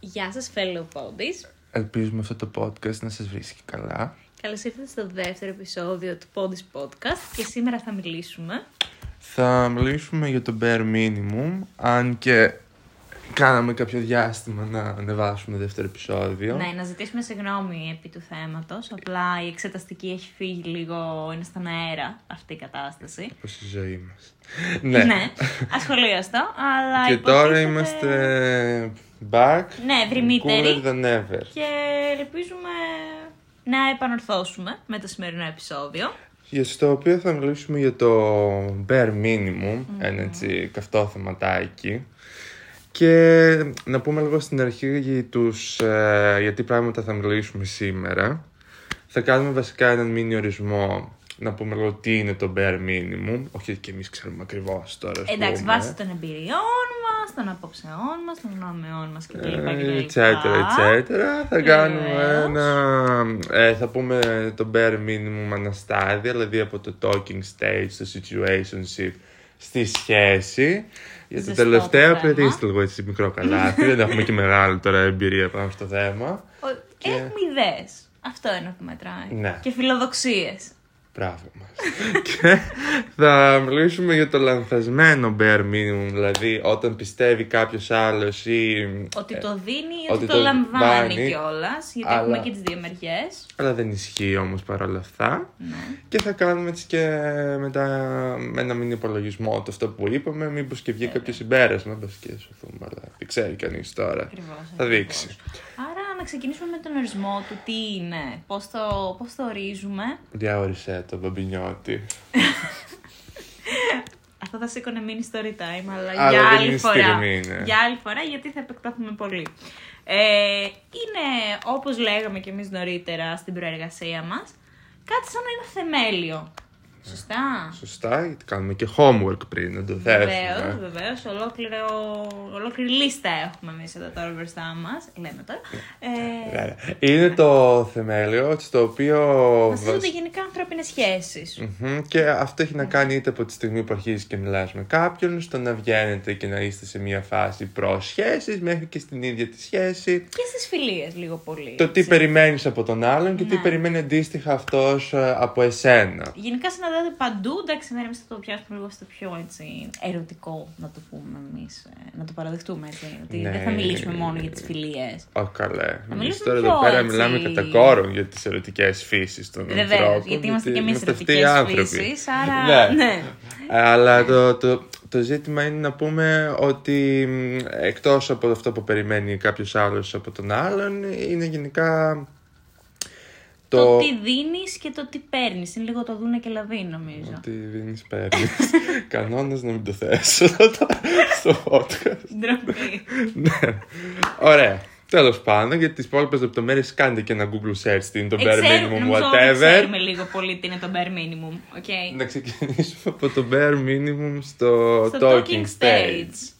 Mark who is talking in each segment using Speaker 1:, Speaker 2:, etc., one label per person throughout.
Speaker 1: Γεια σας fellow podies.
Speaker 2: Ελπίζουμε αυτό το podcast να σας βρίσκει καλά.
Speaker 1: Καλώς ήρθατε στο δεύτερο επεισόδιο του Podies Podcast και σήμερα θα μιλήσουμε.
Speaker 2: Θα μιλήσουμε για το bare minimum, αν και κάναμε κάποιο διάστημα να ανεβάσουμε δεύτερο επεισόδιο.
Speaker 1: Ναι, να ζητήσουμε συγγνώμη επί του θέματος, απλά η εξεταστική έχει φύγει λίγο, είναι στον αέρα αυτή η κατάσταση.
Speaker 2: Όπως η ζωή μας.
Speaker 1: ναι ασχολίαστο, αλλά
Speaker 2: και τώρα
Speaker 1: υποτίθεται-
Speaker 2: είμαστε back.
Speaker 1: Ναι, δρυμύτεροι.
Speaker 2: Cooler than ever.
Speaker 1: Και ελπίζουμε να επανορθώσουμε με το σημερινό επεισόδιο.
Speaker 2: Για στο οποίο θα μιλήσουμε για το bare minimum, ένα έτσι καυτό θεματάκι. Και να πούμε λίγο στην αρχή για, τους, ε, για τι πράγματα θα μιλήσουμε σήμερα. Θα κάνουμε βασικά έναν μίνι ορισμό, να πούμε λίγο τι είναι το bare minimum. Όχι και εμείς ξέρουμε ακριβώς τώρα. ας
Speaker 1: Εντάξει,
Speaker 2: πούμε.
Speaker 1: βάσει των εμπειριών μας, των απόψεών μας, των γνώμεών μας
Speaker 2: Ε,
Speaker 1: κλπ.
Speaker 2: et cetera, et cetera. Θα κάνουμε
Speaker 1: Βεβαίως.
Speaker 2: ένα. ε, θα πούμε το bare minimum αναστάδια, δηλαδή από το talking stage στο situationship στη σχέση. Για το
Speaker 1: Ζεστό
Speaker 2: τελευταίο,
Speaker 1: θέμα.
Speaker 2: κρατήστε λίγο έτσι μικρό καλάθι. Δεν έχουμε και μεγάλη τώρα εμπειρία πάνω στο θέμα.
Speaker 1: Ο-
Speaker 2: Και-
Speaker 1: Έχουμε ιδέες. Αυτό είναι που μετράει.
Speaker 2: Ναι.
Speaker 1: Και φιλοδοξίες.
Speaker 2: Μπράβο μας. και θα μιλήσουμε για το λανθασμένο bare minimum, δηλαδή όταν πιστεύει κάποιος άλλος ή.
Speaker 1: Ότι το δίνει ή
Speaker 2: Ε, ότι
Speaker 1: ότι,
Speaker 2: το
Speaker 1: το λαμβάνει
Speaker 2: δάνει,
Speaker 1: κιόλας. Γιατί
Speaker 2: αλλά-
Speaker 1: έχουμε και τις δύο μεριές.
Speaker 2: Αλλά δεν ισχύει όμως παρόλα αυτά.
Speaker 1: Ναι.
Speaker 2: Και θα κάνουμε έτσι και μετά με ένα μήνυμα υπολογισμό το αυτό που είπαμε, μήπως και βγει κάποιο συμπέρασμα, μπας και σωθούμε, αλλά δεν ξέρει κανείς τώρα.
Speaker 1: Ακριβώς,
Speaker 2: θα
Speaker 1: ακριβώς.
Speaker 2: δείξει.
Speaker 1: Άρα να ξεκινήσουμε με τον ορισμό του τι είναι, πώς το, πώς το ορίζουμε.
Speaker 2: Διάορισε το μπαμπινιώτη.
Speaker 1: Αυτό θα σήκωνε mini story time, αλλά,
Speaker 2: Αλλά
Speaker 1: για
Speaker 2: δεν
Speaker 1: άλλη
Speaker 2: είναι
Speaker 1: φορά.
Speaker 2: στιγμή, ναι.
Speaker 1: Για άλλη φορά, γιατί θα επεκτάθουμε πολύ. Ε, είναι, όπως λέγαμε και εμείς νωρίτερα στην προεργασία μας, κάτι σαν ένα θεμέλιο. Σωστά.
Speaker 2: Σωστά, γιατί κάνουμε και homework πριν, να το
Speaker 1: Βεβαίω,
Speaker 2: θέσουμε.
Speaker 1: βεβαίω. Ολόκληρη λίστα έχουμε εμείς εδώ τώρα μπροστά μας. Λέμε τώρα. Ε,
Speaker 2: Βέβαια. Είναι το θεμέλιο στο οποίο...
Speaker 1: βασίζονται γενικά ανθρώπινες σχέσεις.
Speaker 2: Μμμ, Και αυτό έχει να κάνει είτε από τη στιγμή που αρχίζεις και μιλάς με κάποιον, στο να βγαίνετε και να είστε σε μια φάση προσχέσεις, μέχρι και στην ίδια τη σχέση.
Speaker 1: Και στις φιλίες, λίγο πολύ.
Speaker 2: το τι
Speaker 1: έτσι.
Speaker 2: περιμένεις από τον άλλον και τι περιμένει αντίστοιχα αυτός ε, από εσένα.
Speaker 1: Γενικά συναντάται παντού. Εντάξει, εμείς θα το πιάσουμε λίγο στο πιο έτσι, ερωτικό, να το πούμε εμείς. Να το παραδεχτούμε έτσι. Ότι
Speaker 2: Ναι.
Speaker 1: δεν θα μιλήσουμε μόνο για τις φιλίες.
Speaker 2: Ω καλέ. Εμείς
Speaker 1: μιλήσουμε
Speaker 2: τώρα
Speaker 1: πιο
Speaker 2: εδώ πέρα
Speaker 1: έτσι.
Speaker 2: μιλάμε κατά κόρον για τις ερωτικές φύσεις των
Speaker 1: Βεβαίως,
Speaker 2: ανθρώπων.
Speaker 1: γιατί είμαστε και εμείς
Speaker 2: αυτοί οι
Speaker 1: ερωτικές
Speaker 2: άνθρωποι.
Speaker 1: φύσεις. Άρα.
Speaker 2: Ναι.
Speaker 1: ναι.
Speaker 2: Αλλά το, το, το ζήτημα είναι να πούμε ότι μ, εκτός από αυτό που περιμένει κάποιος άλλος από τον άλλον, είναι γενικά
Speaker 1: Το... τι δίνεις και το τι παίρνεις. Είναι λίγο το δούνε και λαβή, νομίζω.
Speaker 2: Ότι δίνεις παίρνεις. Κανόνας να μην το θέσω στο podcast.
Speaker 1: Ντροπή.
Speaker 2: Ναι. Ωραία. Τέλος πάντων, για τις υπόλοιπες λεπτομέρειες, κάντε και ένα Google search τι είναι το bare
Speaker 1: Εξέρουμε-
Speaker 2: minimum,
Speaker 1: Ε, νομίζω όλοι
Speaker 2: whatever.
Speaker 1: Ξέρουμε λίγο πολύ τι είναι το bare minimum. Okay.
Speaker 2: Να ξεκινήσουμε από το bare minimum στο,
Speaker 1: Στο
Speaker 2: talking, stage.
Speaker 1: Εντάξει,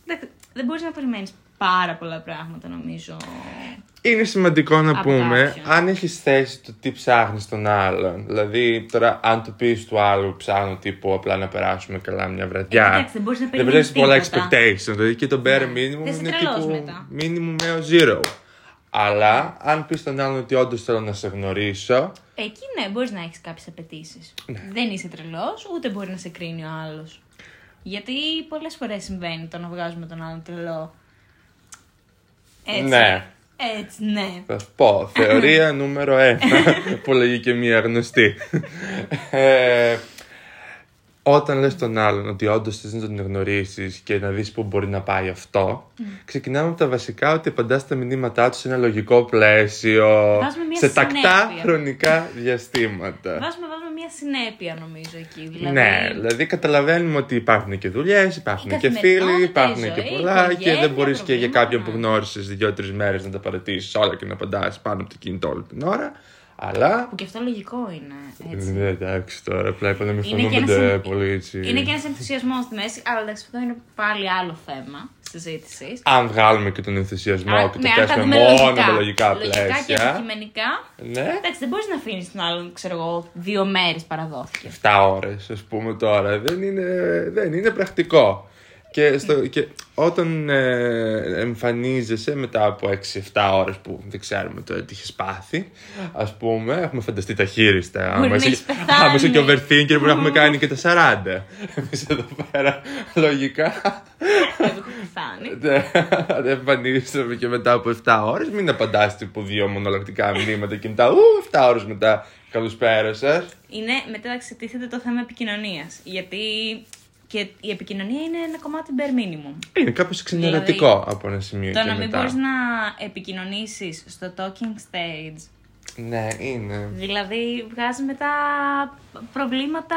Speaker 1: Δεν μπορείς να περιμένεις πάρα πολλά πράγματα, νομίζω.
Speaker 2: Είναι σημαντικό να
Speaker 1: Από
Speaker 2: πούμε
Speaker 1: κάποιον.
Speaker 2: αν έχεις θέσει το τι ψάχνεις στον άλλον. Δηλαδή, τώρα, αν του πεις του άλλου ψάχνω τύπου απλά να περάσουμε καλά μια βραδιά.
Speaker 1: Ε, εντάξει, δεν μπορείς να
Speaker 2: Δεν
Speaker 1: περιμένεις
Speaker 2: πρέπει να έχεις πολλά
Speaker 1: τίποτα.
Speaker 2: expectation. Δηλαδή, και το bare
Speaker 1: Ναι.
Speaker 2: minimum
Speaker 1: Δεν σε
Speaker 2: είναι
Speaker 1: τρελός
Speaker 2: τύπου
Speaker 1: μετά.
Speaker 2: minimum έως zero. Αλλά, αν πεις στον άλλον ότι όντως θέλω να σε γνωρίσω,
Speaker 1: Εκεί ναι, μπορείς να έχεις κάποιες απαιτήσεις.
Speaker 2: Ναι.
Speaker 1: Δεν είσαι τρελός, ούτε μπορεί να σε κρίνει ο άλλος. Γιατί πολλές φορές συμβαίνει το να βγάζουμε τον άλλον τρελό. Έτσι.
Speaker 2: Ναι.
Speaker 1: Έτσι, ναι.
Speaker 2: Θα σου πω, θεωρία νούμερο 1 που λέγει και μία γνωστή. Ε, όταν λες τον άλλον ότι όντως θες να τον γνωρίσεις και να δεις πού μπορεί να πάει αυτό, ξεκινάμε από τα βασικά ότι απαντάς στα μηνύματά του σε ένα λογικό πλαίσιο,
Speaker 1: Βάζουμε μία
Speaker 2: σε τακτά
Speaker 1: συνέπεια.
Speaker 2: χρονικά διαστήματα.
Speaker 1: Βάζουμε, βάζουμε μια συνέπεια νομίζω εκεί. Δηλαδή,
Speaker 2: Ναι, δηλαδή καταλαβαίνουμε ότι υπάρχουν και δουλειές,
Speaker 1: Η
Speaker 2: υπάρχουν και
Speaker 1: καθημερινότητα,
Speaker 2: φίλοι,
Speaker 1: η
Speaker 2: υπάρχουν
Speaker 1: ζωή,
Speaker 2: και
Speaker 1: η
Speaker 2: πολλά και
Speaker 1: οικογένεια,
Speaker 2: δεν μπορείς και για
Speaker 1: προβλήματα.
Speaker 2: κάποιον που γνώρισες δύο-τρει μέρες να τα παρατήσεις όλα και να απαντάς πάνω από το κινητό όλη την ώρα. Αλλά.
Speaker 1: Που και αυτό λογικό είναι. Έτσι.
Speaker 2: Ναι, εντάξει τώρα, απλά είπα να μην
Speaker 1: Είναι και ένας
Speaker 2: φωνούμενται
Speaker 1: εν-
Speaker 2: πολύ έτσι.
Speaker 1: Είναι και ένας ενθουσιασμός στη μέση, αλλά εντάξει, αυτό είναι πάλι άλλο θέμα συζήτησης.
Speaker 2: Αν βγάλουμε και τον ενθουσιασμό και Ναι,
Speaker 1: ναι,
Speaker 2: το πιάσουμε μόνο με λογικά
Speaker 1: και
Speaker 2: πλαίσια.
Speaker 1: αντικειμενικά.
Speaker 2: Ναι.
Speaker 1: Εντάξει, δεν μπορείς να αφήνεις τον άλλον, ξέρω εγώ, δύο μέρες παραδόθηκε.
Speaker 2: 7 ώρες, ας πούμε τώρα. Δεν είναι, δεν είναι πρακτικό. Και, στο, και όταν ε, εμφανίζεσαι μετά από 6-7 ώρες που δεν ξέρουμε το τι έχει πάθει, ας πούμε, έχουμε φανταστεί τα χείριστα.
Speaker 1: Μπορεί να
Speaker 2: είσαι-
Speaker 1: έχεις πεθάνει.
Speaker 2: άμα είσαι και overthinker, μπορεί να έχουμε κάνει και τα 40. Εμείς εδώ πέρα, λογικά,
Speaker 1: Δεν έχω πεθάνει.
Speaker 2: ναι, αν εμφανίζεσαι και μετά από 7 ώρες, μην απαντάς τύπου δύο μονολεκτικά μηνύματα και μετά, ου, 7 ώρες μετά, καλώς πέρασες.
Speaker 1: Είναι μεταξύ τίθεται το θέμα επικοινωνίας. Γιατί και η επικοινωνία είναι ένα κομμάτι bare minimum.
Speaker 2: Είναι κάπως ξενερωτικό από ένα σημείο
Speaker 1: Δηλαδή, Το
Speaker 2: και
Speaker 1: να μην
Speaker 2: μετά.
Speaker 1: μπορείς να επικοινωνήσεις στο talking stage.
Speaker 2: Ναι, είναι.
Speaker 1: Δηλαδή, βγάζει μετά προβλήματα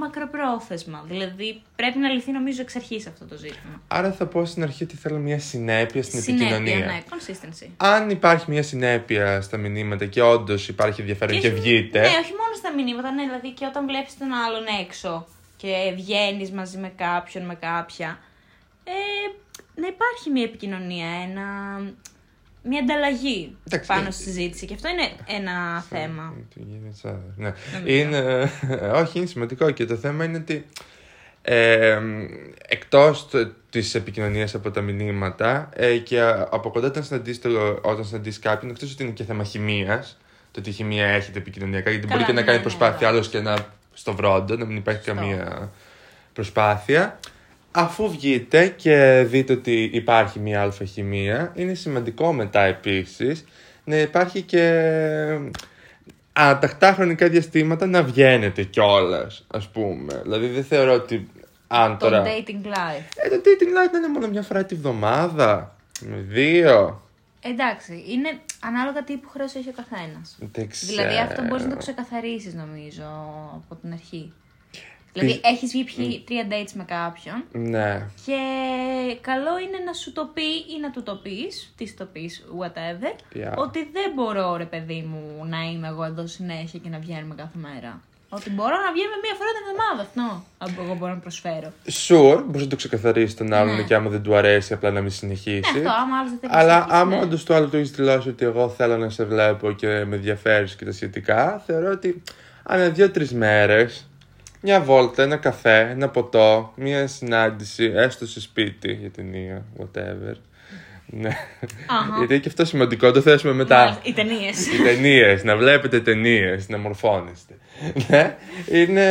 Speaker 1: μακροπρόθεσμα. Δηλαδή, πρέπει να λυθεί νομίζω εξ αρχής αυτό το ζήτημα.
Speaker 2: Άρα θα πω στην αρχή ότι θέλω μια συνέπεια στην επικοινωνία.
Speaker 1: ναι, consistency.
Speaker 2: Αν υπάρχει μια συνέπεια στα μηνύματα και όντως υπάρχει ενδιαφέρον και,
Speaker 1: όχι-
Speaker 2: βγείτε.
Speaker 1: Ναι, όχι μόνο στα μηνύματα, ναι, δηλαδή και όταν βλέπεις τον άλλον έξω και βγαίνεις μαζί με κάποιον, με κάποια. Ε, να υπάρχει μια επικοινωνία, ένα, μια ανταλλαγή
Speaker 2: Εντάξει,
Speaker 1: πάνω
Speaker 2: ε,
Speaker 1: στη συζήτηση. Και αυτό είναι ένα θέμα.
Speaker 2: Τι γίνεται, ναι. Είναι, όχι, είναι σημαντικό και το θέμα είναι ότι ε, εκτός το- της επικοινωνίας από τα μηνύματα ε, και από κοντά όταν συναντήσεις, το- όταν συναντήσεις κάποιον, εκτός ότι είναι και θέμα χημίας, το τι χημία έχετε επικοινωνιακά, γιατί
Speaker 1: Καλά,
Speaker 2: μπορεί και να
Speaker 1: ναι,
Speaker 2: κάνει
Speaker 1: ναι, ναι.
Speaker 2: προσπάθεια άλλος και να στο βρόντο, να μην υπάρχει
Speaker 1: Σωστό.
Speaker 2: καμία προσπάθεια. Αφού βγείτε και δείτε ότι υπάρχει μια αλφα χημεία, είναι σημαντικό μετά επίσης να υπάρχει και ατακτά χρονικά διαστήματα να βγαίνετε κιόλας, ας πούμε. Δηλαδή δεν θεωρώ ότι αν
Speaker 1: Το
Speaker 2: τώρα...
Speaker 1: dating life.
Speaker 2: Ε, το dating light δεν είναι μόνο μια φορά τη βδομάδα. με Δύο.
Speaker 1: Εντάξει, είναι ανάλογα τι υποχρέωση έχει ο καθένας.
Speaker 2: Δεν ξέρω.
Speaker 1: Δηλαδή αυτό μπορείς να το ξεκαθαρίσεις νομίζω από την αρχή. Δηλαδή έχεις βγει π.χ. τρία dates με κάποιον
Speaker 2: Ναι.
Speaker 1: και καλό είναι να σου το πει ή να του το πεις, της το πεις, whatever,
Speaker 2: Yeah.
Speaker 1: ότι δεν μπορώ ρε παιδί μου να είμαι εγώ εδώ συνέχεια και να βγαίνουμε κάθε μέρα. Ότι μπορώ να βγαίνουμε μία φορά την εβδομάδα. Αυτό από εγώ μπορώ να προσφέρω.
Speaker 2: Sure, μπορείς να το ξεκαθαρίσει τον άλλον
Speaker 1: Ναι.
Speaker 2: και άμα δεν του αρέσει, απλά να μην συνεχίσει.
Speaker 1: Ναι, αυτό άμα άλλος δεν θέλει. να
Speaker 2: Αλλά
Speaker 1: συνεχίσει,
Speaker 2: άμα
Speaker 1: ναι.
Speaker 2: όντως το άλλο του έχει δηλώσει ότι εγώ θέλω να σε βλέπω και με ενδιαφέρεις και τα σχετικά, θεωρώ ότι ανά δύο-τρει μέρες, μια βόλτα, ένα καφέ, ένα ποτό, μια συνάντηση, έστω σε σπίτι για ταινία, whatever. Ναι.
Speaker 1: Αχα. Ναι.
Speaker 2: Γιατί και αυτό σημαντικό, το θέσουμε μετά.
Speaker 1: Μάλιστα, Οι ταινίες.
Speaker 2: Οι ταινίες, να βλέπετε ταινίες, να μορφώνεστε. Ναι, είναι.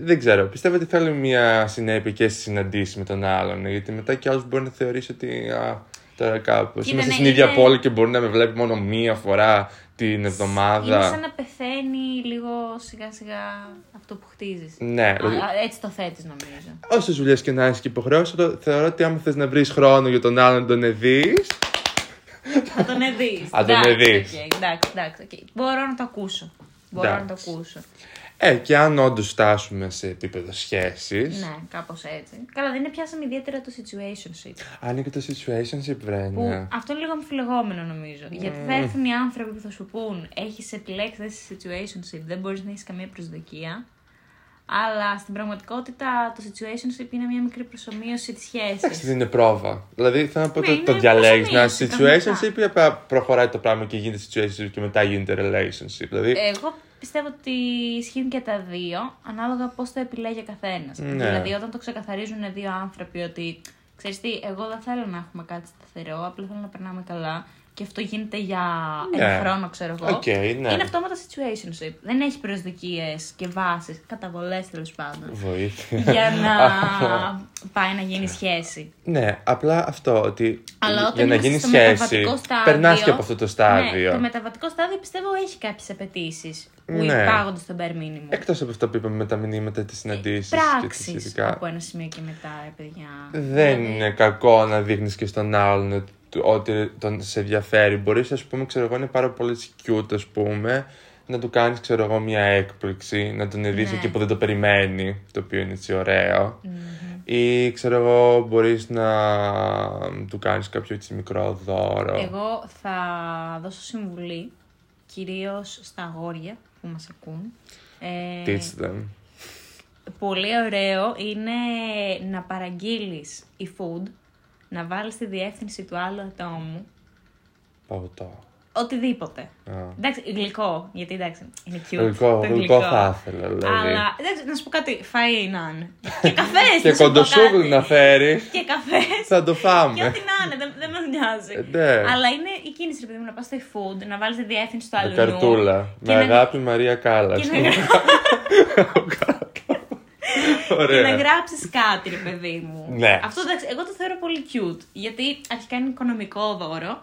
Speaker 2: Δεν ξέρω. Πιστεύω ότι θέλει μια συνέπεια και στη συναντήση με τον άλλον. Γιατί μετά κι άλλος μπορεί να θεωρήσει ότι. Α, τώρα κάπως.
Speaker 1: Κοίτα,
Speaker 2: Είμαστε
Speaker 1: ναι,
Speaker 2: στην ίδια
Speaker 1: είναι-
Speaker 2: πόλη και μπορεί να με βλέπει μόνο μία φορά την
Speaker 1: Είναι
Speaker 2: εβδομάδα.
Speaker 1: σαν να πεθαίνει λίγο σιγά σιγά αυτό που χτίζεις.
Speaker 2: Ναι, δηλαδή,
Speaker 1: Έτσι το θέτεις νομίζω.
Speaker 2: όσες δουλειές και να έχεις και υποχρεώσεις, το- θεωρώ ότι άμα θες να βρεις χρόνο για τον άλλον να τον δει.
Speaker 1: Θα τον δει.
Speaker 2: Θα τον εδείς.
Speaker 1: Εντάξει, εντάξει. οκ. Μπορώ να το ακούσω. Μπορώ να το
Speaker 2: Εντάξει.
Speaker 1: ακούσω.
Speaker 2: Ε, και αν όντως φτάσουμε σε επίπεδο σχέσης.
Speaker 1: Ναι, κάπως έτσι. Καλά, δεν πιάσαμε ιδιαίτερα το situationship.
Speaker 2: Αν είναι και το situationship, βρε,
Speaker 1: Που
Speaker 2: ναι.
Speaker 1: αυτό είναι λίγο αμφιλεγόμενο νομίζω. Γιατί θα έρθουν οι άνθρωποι που θα σου πούν έχεις επιλέξει αυτή τη situationship, δεν μπορείς να έχεις καμία προσδοκία. Αλλά στην πραγματικότητα το situationship είναι μια μικρή προσωμείωση της σχέσης.
Speaker 2: Εντάξει, δεν είναι πρόβα. Δηλαδή, θέλω να πω
Speaker 1: Ναι,
Speaker 2: ότι
Speaker 1: είναι
Speaker 2: το διαλέγεις να
Speaker 1: προσωμείωση,
Speaker 2: είσαι
Speaker 1: κανονικά.
Speaker 2: situationship ή απλά προχωράει το πράγμα και γίνεται situationship και μετά γίνεται relationship. Δηλαδή,
Speaker 1: Εγώ πιστεύω ότι ισχύουν και τα δύο, ανάλογα πώς το επιλέγει ο καθένας.
Speaker 2: Ναι.
Speaker 1: Δηλαδή, όταν το ξεκαθαρίζουν δύο άνθρωποι ότι ξέρεις τι, εγώ δεν θέλω να έχουμε κάτι σταθερό, απλά θέλω να περνάμε καλά και αυτό γίνεται για
Speaker 2: Ναι.
Speaker 1: ένα χρόνο, ξέρω εγώ.
Speaker 2: Οκ, ναι.
Speaker 1: Είναι αυτόματα situationship. Δεν έχει προσδοκίες και βάσεις, καταβολές τέλος πάντων.
Speaker 2: βοήθεια.
Speaker 1: για να πάει να γίνει σχέση.
Speaker 2: ναι, απλά αυτό ότι
Speaker 1: Αλλά
Speaker 2: για
Speaker 1: όταν
Speaker 2: να
Speaker 1: είμαστε
Speaker 2: γίνει
Speaker 1: στο
Speaker 2: σχέση,
Speaker 1: μεταβατικό στάδιο.
Speaker 2: περνάς και από αυτό το
Speaker 1: Ναι,
Speaker 2: στάδιο.
Speaker 1: το μεταβατικό στάδιο πιστεύω έχει κάποιες απαιτήσεις που
Speaker 2: Ναι.
Speaker 1: υπάγονται στο bare minimum.
Speaker 2: Εκτός από αυτό που είπαμε με τα μηνύματα, τις συναντήσεις και τα
Speaker 1: πράξεις
Speaker 2: σχετικά.
Speaker 1: από ένα σημείο και μετά, ρε παιδιά.
Speaker 2: Δεν
Speaker 1: Δηλαδή,
Speaker 2: είναι κακό να δείχνεις και στον άλλον ότι- ότι τον σε ενδιαφέρει. Μπορείς, ας πούμε, ξέρω εγώ, είναι πάρα πολύ cute, ας πούμε, να του κάνεις, ξέρω εγώ, μια έκπληξη, να τον ειδήσει
Speaker 1: Ναι.
Speaker 2: εκεί που δεν το περιμένει, το οποίο είναι έτσι ωραίο.
Speaker 1: Mm-hmm.
Speaker 2: Ή, ξέρω εγώ, μπορείς να του κάνεις κάποιο έτσι μικρό δώρο.
Speaker 1: Εγώ θα δώσω συμβουλή κυρίως στα αγόρια που μας ακούν. Ε,
Speaker 2: Teach them.
Speaker 1: πολύ ωραίο είναι να παραγγείλεις η food, να βάλεις τη διεύθυνση του άλλου ατόμου
Speaker 2: Παγωτό.
Speaker 1: οτιδήποτε.
Speaker 2: Α.
Speaker 1: Εντάξει, γλυκό, γιατί εντάξει, είναι cute.
Speaker 2: Γλυκό,
Speaker 1: το
Speaker 2: γλυκό θα ήθελα, δηλαδή.
Speaker 1: Αλλά εντάξει, να σου πω κάτι, φαΐ να είναι. Και καφές,
Speaker 2: Και
Speaker 1: να σου πω
Speaker 2: κοντοσούβλι
Speaker 1: κάτι.
Speaker 2: να φέρεις.
Speaker 1: Και καφές.
Speaker 2: Θα το
Speaker 1: Και
Speaker 2: φάμε.
Speaker 1: ό,τι να είναι, δεν, δεν μας νοιάζει.
Speaker 2: Ε, ναι.
Speaker 1: Αλλά είναι η κίνηση, ρε παιδί μου, να πας στο food, να βάλεις τη διεύθυνση στο
Speaker 2: Με
Speaker 1: αλλού.
Speaker 2: καρτούλα.
Speaker 1: Και
Speaker 2: Με
Speaker 1: να-
Speaker 2: αγάπη Μαρία Κάλλα.
Speaker 1: Και να, γράψεις
Speaker 2: Ωραία.
Speaker 1: γράψεις κάτι, ρε παιδί μου.
Speaker 2: Ναι.
Speaker 1: Αυτό εντάξει, εγώ το θεωρώ πολύ cute. Γιατί αρχικά είναι οικονομικό δώρο.